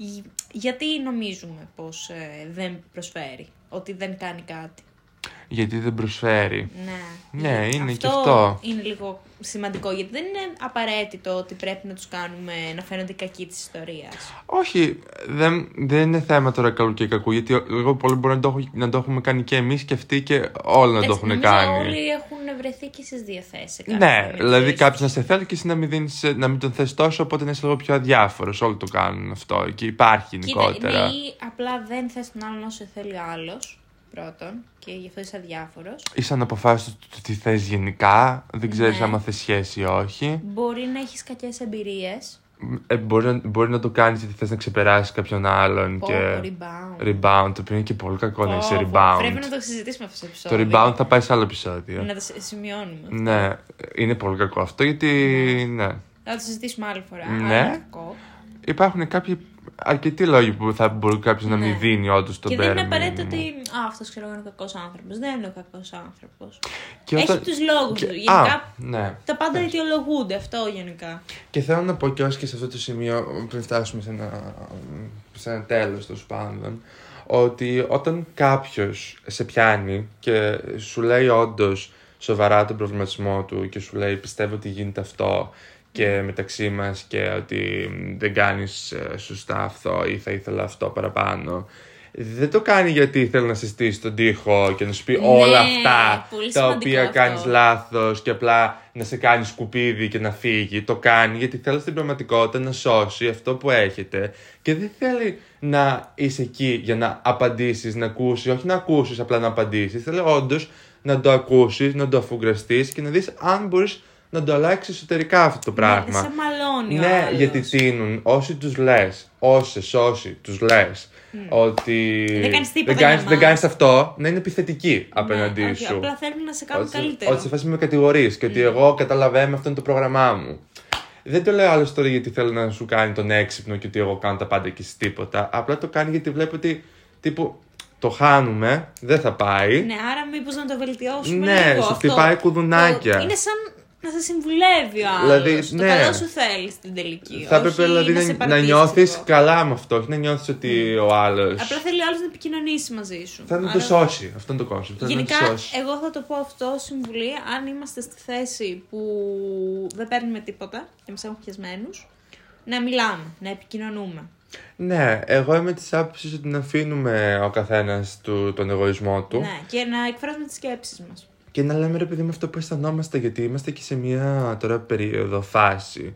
Speaker 1: Γι- Γιατί νομίζουμε πως ε, δεν προσφέρει, ότι δεν κάνει κάτι.
Speaker 2: Γιατί δεν προσφέρει.
Speaker 1: Ναι.
Speaker 2: Ναι, είναι και αυτό.
Speaker 1: είναι λίγο σημαντικό, γιατί δεν είναι απαραίτητο ότι πρέπει να τους κάνουμε να φαίνονται κακοί της ιστορίας.
Speaker 2: Όχι, δεν, δεν είναι θέμα τώρα καλού και κακού. Γιατί εγώ πολύ μπορεί να το, έχω- να το έχουμε κάνει και εμείς και αυτοί και όλοι να το
Speaker 1: Εντάξει,
Speaker 2: έχουν
Speaker 1: νομίζω
Speaker 2: κάνει.
Speaker 1: Όλοι έχουν βρεθεί και στις δύο θέσεις.
Speaker 2: Ναι, δηλαδή κάποιος να σε θέλει και εσύ να μην, δίνεις, να μην τον θες τόσο, οπότε να είσαι λίγο πιο αδιάφορος. Όλοι το κάνουν αυτό και υπάρχει
Speaker 1: Κοίτα,
Speaker 2: γενικότερα.
Speaker 1: ναι, ή απλά δεν θες τον άλλον όσο θέλει άλλος. Πρώτον, και γι' αυτό είσαι αδιάφορος.
Speaker 2: Είσαι αναποφάσιστος του τι θες γενικά, δεν ξέρεις
Speaker 1: Ναι.
Speaker 2: άμα θες σχέση ή όχι.
Speaker 1: Μπορεί να έχεις κακές εμπειρίες.
Speaker 2: Ε, μπορεί, να, μπορεί να το κάνεις γιατί θες να ξεπεράσεις κάποιον άλλον.
Speaker 1: Πόπο,
Speaker 2: και...
Speaker 1: rebound.
Speaker 2: Rebound, το οποίο είναι και πολύ κακό να είσαι
Speaker 1: Πω, πω,
Speaker 2: rebound.
Speaker 1: Πρέπει να το συζητήσουμε αυτό το
Speaker 2: Το
Speaker 1: επεισόδιο.
Speaker 2: rebound θα πάει σε άλλο επεισόδιο.
Speaker 1: Να το συ- σημειώνουμε.
Speaker 2: Ναι, είναι πολύ κακό αυτό γιατί. Ναι.
Speaker 1: Θα το συζητήσουμε άλλη φορά.
Speaker 2: Ναι.
Speaker 1: αλλά είναι κακό.
Speaker 2: Υπάρχουν κάποιοι αρκετοί λόγοι που θα μπορεί κάποιος να μην
Speaker 1: Ναι.
Speaker 2: δίνει όντως τον
Speaker 1: Και δεν είναι
Speaker 2: bare
Speaker 1: απαραίτητο
Speaker 2: minimum.
Speaker 1: ότι. Α, αυτός ξέρω εγώ είναι κακός άνθρωπος. Δεν είναι ο κακός άνθρωπος.
Speaker 2: Και
Speaker 1: Έχει
Speaker 2: όταν-
Speaker 1: τους λόγους
Speaker 2: και-
Speaker 1: του. Γενικά-
Speaker 2: Α, ναι.
Speaker 1: Τα πάντα αιτιολογούνται αυτό γενικά.
Speaker 2: Και θέλω να πω κιόλας και σε αυτό το σημείο, πριν φτάσουμε σε ένα, σε ένα τέλος τέλο πάντων, ότι όταν κάποιος σε πιάνει και σου λέει όντως σοβαρά τον προβληματισμό του και σου λέει πιστεύω ότι γίνεται αυτό
Speaker 1: Mm.
Speaker 2: και μεταξύ μας και ότι δεν κάνεις ε, σωστά αυτό ή θα ήθελα αυτό παραπάνω. Δεν το κάνει γιατί θέλει να συστήσεις τον τοίχο και να σου πει
Speaker 1: Ναι,
Speaker 2: όλα αυτά
Speaker 1: πολύ
Speaker 2: τα
Speaker 1: σημαντικό
Speaker 2: οποία
Speaker 1: αυτό.
Speaker 2: κάνεις λάθος και απλά να σε κάνει σκουπίδι και να φύγει. Το κάνει γιατί θέλει στην πραγματικότητα να σώσει αυτό που έχετε και δεν θέλει να είσαι εκεί για να απαντήσεις, να ακούσεις, όχι να ακούσεις απλά να απαντήσεις. Θέλει όντως να το ακούσεις, να το αφουγκραστείς και να δεις αν μπορείς να το αλλάξει εσωτερικά αυτό το
Speaker 1: Ναι,
Speaker 2: πράγμα.
Speaker 1: Σε μαλώνει ο
Speaker 2: Ναι,
Speaker 1: άλλος.
Speaker 2: γιατί τίνουν όσοι τους λες, όσες, όσοι τους λες, ότι
Speaker 1: Ναι. Δεν κάνεις τίποτα
Speaker 2: δεν κάνεις,
Speaker 1: για
Speaker 2: δεν
Speaker 1: μας.
Speaker 2: κάνεις αυτό, να είναι επιθετικοί
Speaker 1: Ναι,
Speaker 2: απέναντί
Speaker 1: όχι,
Speaker 2: σου.
Speaker 1: Απλά θέλουν να σε κάνουν
Speaker 2: Ότι-
Speaker 1: καλύτερο. Ναι.
Speaker 2: Ότι σε φάση με κατηγορείς και ότι εγώ καταλαβαίνω αυτό είναι το πρόγραμμά μου. Δεν το λέω άλλος τώρα γιατί θέλω να σου κάνει τον έξυπνο και ότι εγώ κάνω τα πάντα και εσύ τίποτα. Απλά το κάνει γιατί βλέπω ότι τύπου το χάνουμε, δεν θα πάει.
Speaker 1: Ναι, άρα μήπως να το βελτιώσουμε.
Speaker 2: Ναι,
Speaker 1: λίγο
Speaker 2: σου
Speaker 1: αυτό.
Speaker 2: χτυπάει κουδουνάκια.
Speaker 1: Το- Είναι σαν να σε συμβουλεύει ο άλλο.
Speaker 2: Δηλαδή,
Speaker 1: το
Speaker 2: ναι.
Speaker 1: καλό σου θέλεις στην τελική.
Speaker 2: θα
Speaker 1: όχι
Speaker 2: έπρεπε δηλαδή
Speaker 1: σε
Speaker 2: να, να
Speaker 1: παρατήσει
Speaker 2: νιώθει
Speaker 1: λίγο.
Speaker 2: καλά με αυτό, όχι να νιώθεις ότι ο άλλος.
Speaker 1: Απλά θέλει ο άλλος να επικοινωνήσει μαζί σου.
Speaker 2: Θα να το
Speaker 1: Άρα-
Speaker 2: σώσει. Αυτό είναι το κόνσεπτ. Θα να το
Speaker 1: Γενικά,
Speaker 2: σώσει.
Speaker 1: εγώ θα το πω αυτό συμβουλή. Αν είμαστε στη θέση που δεν παίρνουμε τίποτα και μας έχουν πιασμένους, να μιλάμε, να επικοινωνούμε.
Speaker 2: Ναι, εγώ είμαι της άποψης ότι να αφήνουμε ο καθένας τον εγωισμό του.
Speaker 1: Ναι, και να εκφράζουμε τις σκέψεις μας.
Speaker 2: Και να λέμε ρε παιδί μου αυτό που αισθανόμαστε, γιατί είμαστε και σε μια τώρα περίοδο φάση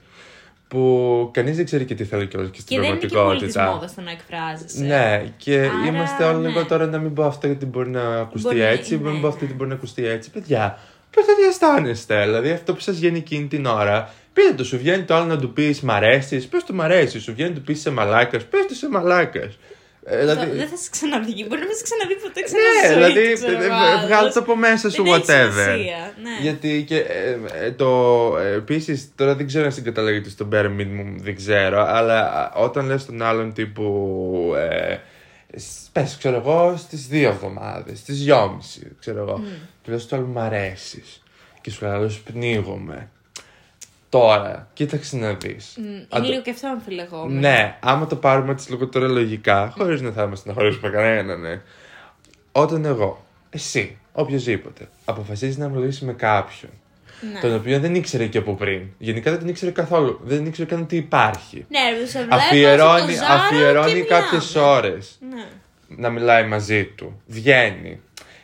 Speaker 2: που κανείς δεν ξέρει και τι θέλει κιόλας και στην
Speaker 1: Και δεν είναι και πολύ τη
Speaker 2: πραγματικότητα.
Speaker 1: μόδα το να εκφράζεσαι.
Speaker 2: Ναι, και
Speaker 1: Άρα,
Speaker 2: είμαστε όλοι
Speaker 1: ναι.
Speaker 2: λίγο τώρα να μην πω αυτό γιατί μπορεί να ακουστεί
Speaker 1: Μπορεί να-
Speaker 2: έτσι, μπορεί να
Speaker 1: ναι,
Speaker 2: πω
Speaker 1: ναι.
Speaker 2: αυτό γιατί μπορεί να ακουστεί έτσι. Παιδιά, πώ θα διαστάνεστε, δηλαδή αυτό που σας βγαίνει εκείνη την ώρα. Πείτε το, σου βγαίνει το άλλο να του πεις Μ' αρέσεις, πες του Μ' αρέσεις, σου βγαίνει να του πεις σε μαλάκας, πες του σε μαλάκας. Ε, δηλαδή,
Speaker 1: Δεν θα σε ξαναδεί. Μπορεί να μην σε ξαναδεί ποτέ ξανά. στη
Speaker 2: ναι,
Speaker 1: ζωή,
Speaker 2: δηλαδή
Speaker 1: ξέρω
Speaker 2: ε, ε,
Speaker 1: εγώ, άλλος.
Speaker 2: βγάλε το από μέσα σου,
Speaker 1: Δεν έχει
Speaker 2: whatever.
Speaker 1: σημασία, ναι.
Speaker 2: Γιατί και ε, ε, το. Επίσης, τώρα δεν ξέρω αν συγκαταλέγεται στο bare minimum, δεν ξέρω, αλλά α, όταν λες τον άλλον τύπου. Ε, σ- πες, ξέρω εγώ, στις δύο εβδομάδες, στις δυόμιση, ξέρω εγώ.
Speaker 1: Ναι.
Speaker 2: Του λες το άλλο μου αρέσεις. Και σου λέει, «Άλλος, πνίγομαι. Τώρα, κοίταξε να δεις.
Speaker 1: Μμ, Είναι λίγο και αυτό αμφιλεγόμενο.
Speaker 2: Ναι, άμα το πάρουμε έτσι λίγο τώρα λογικά, χωρίς να θα είμαστε να χωρίσουμε κανέναν, ναι. Όταν εγώ, εσύ, οποιοδήποτε, αποφασίζεις να μιλήσεις με κάποιον,
Speaker 1: Ναι.
Speaker 2: τον οποίο δεν ήξερε και από πριν. Γενικά δεν τον ήξερε καθόλου. Δεν ήξερε καν ότι υπάρχει.
Speaker 1: Ναι, ρε, σε βλέπω,
Speaker 2: Αφιερώνει,
Speaker 1: σε το Zara και
Speaker 2: αφιερώνει
Speaker 1: μιλάμε.
Speaker 2: κάποιε ώρες
Speaker 1: Ναι.
Speaker 2: να μιλάει μαζί του. Βγαίνει.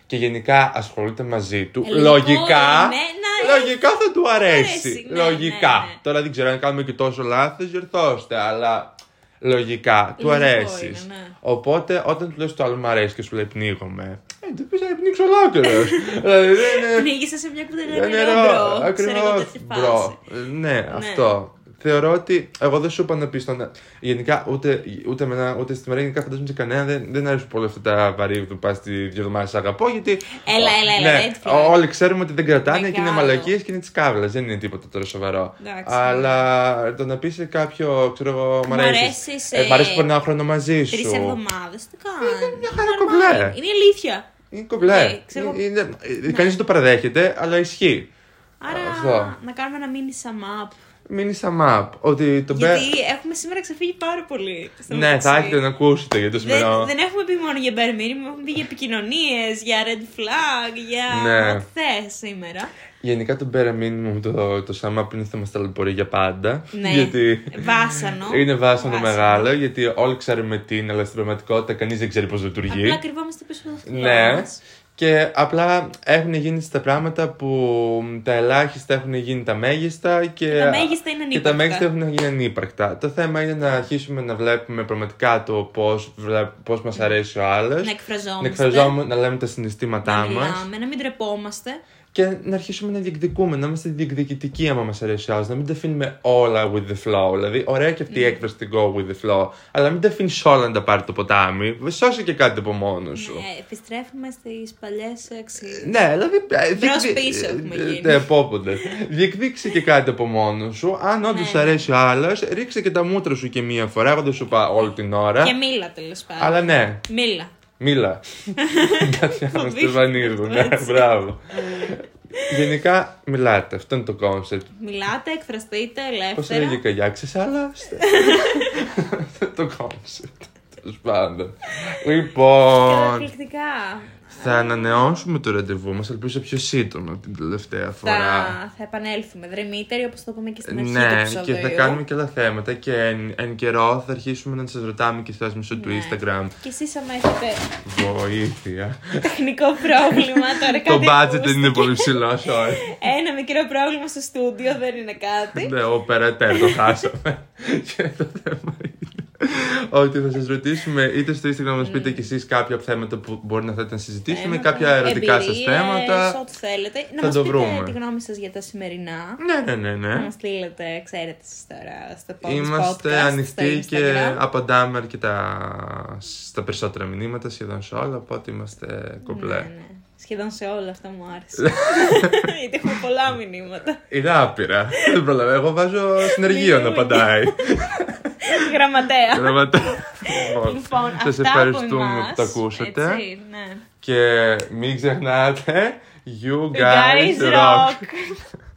Speaker 2: Και γενικά ασχολείται μαζί του.
Speaker 1: Ε, λογικό
Speaker 2: λογικά.
Speaker 1: είναι να-
Speaker 2: Λογικά θα του αρέσει.
Speaker 1: αρέσει, ναι,
Speaker 2: λογικά.
Speaker 1: ναι, ναι.
Speaker 2: Τώρα δεν ξέρω αν κάνουμε και τόσο λάθος, διορθώστε. Αλλά λογικά του
Speaker 1: Λογικό
Speaker 2: αρέσεις.
Speaker 1: είναι, ναι.
Speaker 2: Οπότε όταν του λες το άλλο μου αρέσει και σου λέει πνίγομαι. Ε, το πεις να πνίξω ολόκληρος. δηλαδή δεν είναι.
Speaker 1: Πνίγεσαι σε μια κουταλιά
Speaker 2: Δεν
Speaker 1: νερό, μπρο. Ξέρω εγώ τέτοια φάση.
Speaker 2: Ε, Μπρο. Ναι, αυτό. Θεωρώ ότι. Εγώ δεν σου είπα να πεις τον. Γενικά, ούτε, ούτε εμένα, ούτε στη μέρα, γενικά φαντάζομαι σε κανένα δεν, δεν αρέσουν πολύ αυτά τα βαρύ που πας τη δύο εβδομάδες αγαπώ. Γιατί.
Speaker 1: Έλα, έλα, έλα,
Speaker 2: Ναι,
Speaker 1: red flag.
Speaker 2: όλοι ξέρουμε ότι δεν κρατάνε και είναι
Speaker 1: Μεγάλο.
Speaker 2: μαλακίες και είναι τη κάβλα. Δεν είναι τίποτα τώρα σοβαρό.
Speaker 1: Εντάξει. ναι.
Speaker 2: Αλλά το να πεις σε κάποιο, ξέρω εγώ, μ'
Speaker 1: Μ'
Speaker 2: αρέσει.
Speaker 1: αρέσεις,
Speaker 2: Ε,
Speaker 1: ε,
Speaker 2: μ' αρέσει που ένα χρόνο μαζί σου. Ε,
Speaker 1: Τρει εβδομάδες τι κάνει. Είναι
Speaker 2: μια χαρά
Speaker 1: normal.
Speaker 2: κομπλέ.
Speaker 1: Είναι ηλίθεια.
Speaker 2: Είναι κομπλέ.
Speaker 1: Ναι, ξέρω- Ναι.
Speaker 2: Είναι- Κανείς δεν το παραδέχεται, αλλά ισχύει.
Speaker 1: Άρα
Speaker 2: Αυτό.
Speaker 1: να κάνουμε ένα mini sum up
Speaker 2: Μήνυσα map. Ότι το μπε-
Speaker 1: Γιατί έχουμε σήμερα ξεφύγει πάρα πολύ. στο
Speaker 2: Ναι,
Speaker 1: μεταξύ.
Speaker 2: θα έχετε να ακούσετε για το σημερινό.
Speaker 1: Δεν, δεν έχουμε πει μόνο για bare minimum, έχουμε πει για επικοινωνίες, για red flag, για
Speaker 2: Ναι.
Speaker 1: ό,τι θες σήμερα.
Speaker 2: Γενικά το bare minimum, το, το sum up είναι θα μας ταλαιπωρεί για πάντα.
Speaker 1: Ναι.
Speaker 2: Γιατί
Speaker 1: Βάσανο.
Speaker 2: είναι βάσανο
Speaker 1: Βάσανο.
Speaker 2: μεγάλο, γιατί όλοι ξέρουμε τι είναι, αλλά στην πραγματικότητα κανείς δεν ξέρει πώς λειτουργεί.
Speaker 1: Απλά κρυβόμαστε πίσω από αυτό.
Speaker 2: Ναι. Και απλά έχουν γίνει τα πράγματα που τα ελάχιστα έχουν γίνει τα μέγιστα και,
Speaker 1: τα μέγιστα είναι
Speaker 2: και τα
Speaker 1: ανύπαρκτα.
Speaker 2: μέγιστα έχουν γίνει ανύπαρκτα. Το θέμα είναι να αρχίσουμε να βλέπουμε πραγματικά το πώς, βλέ- πώς μας αρέσει ο άλλος.
Speaker 1: Να εκφραζόμαστε.
Speaker 2: Να εκφραζόμαστε, να λέμε τα συναισθήματά
Speaker 1: να
Speaker 2: μας
Speaker 1: μιλάμε, να μην τρεπόμαστε.
Speaker 2: και να αρχίσουμε να διεκδικούμε, να είμαστε διεκδικητικοί άμα μας αρέσει ο άλλος, να μην τα αφήνουμε όλα with the flow. Δηλαδή, ωραία και
Speaker 1: Ναι.
Speaker 2: αυτή η έκφραση την go with the flow, αλλά μην τα αφήνεις όλα να τα πάρει το ποτάμι. Σώσε και κάτι από μόνος σου.
Speaker 1: Ναι, επιστρέφουμε στις παλιές αξίε.
Speaker 2: Ναι, δηλαδή. ε,
Speaker 1: Μπρος
Speaker 2: διεκδι-
Speaker 1: πίσω έχουμε
Speaker 2: ε,
Speaker 1: γίνει.
Speaker 2: Ναι, πόποτε. Διεκδίξε και κάτι από μόνος σου. Αν όντως
Speaker 1: Ναι.
Speaker 2: σου αρέσει ο άλλος, ρίξε και τα μούτρα σου και μία φορά. Εγώ δεν σου είπα όλη την ώρα.
Speaker 1: Και μίλα τέλος πάντων.
Speaker 2: Ναι. Αλλά ναι,
Speaker 1: Μίλα.
Speaker 2: μίλα. Κάτι άλλο
Speaker 1: Φοβήθηκα
Speaker 2: Στεφανίδου.
Speaker 1: αυτό,
Speaker 2: Ναι,
Speaker 1: έτσι.
Speaker 2: μπράβο. Γενικά, μιλάτε. Αυτό είναι το κόνσεπτ.
Speaker 1: Μιλάτε, εκφραστείτε
Speaker 2: Πώ
Speaker 1: ελεύθερα.
Speaker 2: έλεγε η καγιάξης, αλλά. Το κόνσεπτ. Τέλος πάντων. Λοιπόν.
Speaker 1: Καταπληκτικά.
Speaker 2: Θα ανανεώσουμε το ραντεβού μας, ελπίζω πιο σύντομα από την τελευταία φορά.
Speaker 1: Θα, θα επανέλθουμε. Δρυμύτεροι, όπως το είπαμε και στην αρχή του
Speaker 2: Ναι, και
Speaker 1: επεισοδίου.
Speaker 2: θα κάνουμε και άλλα θέματα και εν, εν καιρό θα αρχίσουμε να σας ρωτάμε και εσάς μέσω του
Speaker 1: Ναι.
Speaker 2: Instagram.
Speaker 1: Και εσείς, άμα έχετε
Speaker 2: Βοήθεια.
Speaker 1: τεχνικό πρόβλημα, τώρα
Speaker 2: Το
Speaker 1: κάτι.
Speaker 2: budget δεν
Speaker 1: ακούστηκε.
Speaker 2: είναι πολύ ψηλό, sorry.
Speaker 1: Ένα μικρό πρόβλημα στο στούντιο δεν είναι κάτι.
Speaker 2: Ναι, ο περαιτέρω το χάσαμε. Και το θέμα είναι ότι θα σας ρωτήσουμε είτε στο Instagram να μας πείτε κι εσείς κάποια θέματα που μπορεί να θέλετε να συζητήσουμε,
Speaker 1: Θέματα,
Speaker 2: κάποια ερωτικά σας
Speaker 1: εμπειρίες,
Speaker 2: θέματα.
Speaker 1: Ό,τι θέλετε. Να
Speaker 2: Θα
Speaker 1: μας
Speaker 2: το
Speaker 1: πείτε
Speaker 2: βρούμε.
Speaker 1: τη γνώμη σας για τα σημερινά.
Speaker 2: Ναι, ναι, ναι,
Speaker 1: Να
Speaker 2: ναι.
Speaker 1: μας στείλετε, ξέρετε εσείς τώρα, στο podcast,
Speaker 2: Είμαστε
Speaker 1: podcast,
Speaker 2: ανοιχτοί
Speaker 1: στο
Speaker 2: και
Speaker 1: Instagram.
Speaker 2: απαντάμε αρκετά στα περισσότερα μηνύματα, σχεδόν σε όλα, οπότε είμαστε
Speaker 1: Ναι,
Speaker 2: κομπλέ.
Speaker 1: ναι. Σχεδόν σε όλα αυτά μου
Speaker 2: Ναι.
Speaker 1: άρεσε. Γιατί έχουμε πολλά μηνύματα.
Speaker 2: Είναι άπειρα. Δεν προλαβαίνω. Εγώ βάζω συνεργείο να
Speaker 1: Μιλούμε.
Speaker 2: απαντάει.
Speaker 1: Γραμματέα.
Speaker 2: Γραμματέα.
Speaker 1: Λοιπόν, αυτά
Speaker 2: Σας
Speaker 1: από
Speaker 2: ευχαριστούμε
Speaker 1: εμάς,
Speaker 2: που το ακούσατε.
Speaker 1: Έτσι, ναι.
Speaker 2: Και μην ξεχνάτε, you
Speaker 1: Guys
Speaker 2: guys rock.
Speaker 1: rock.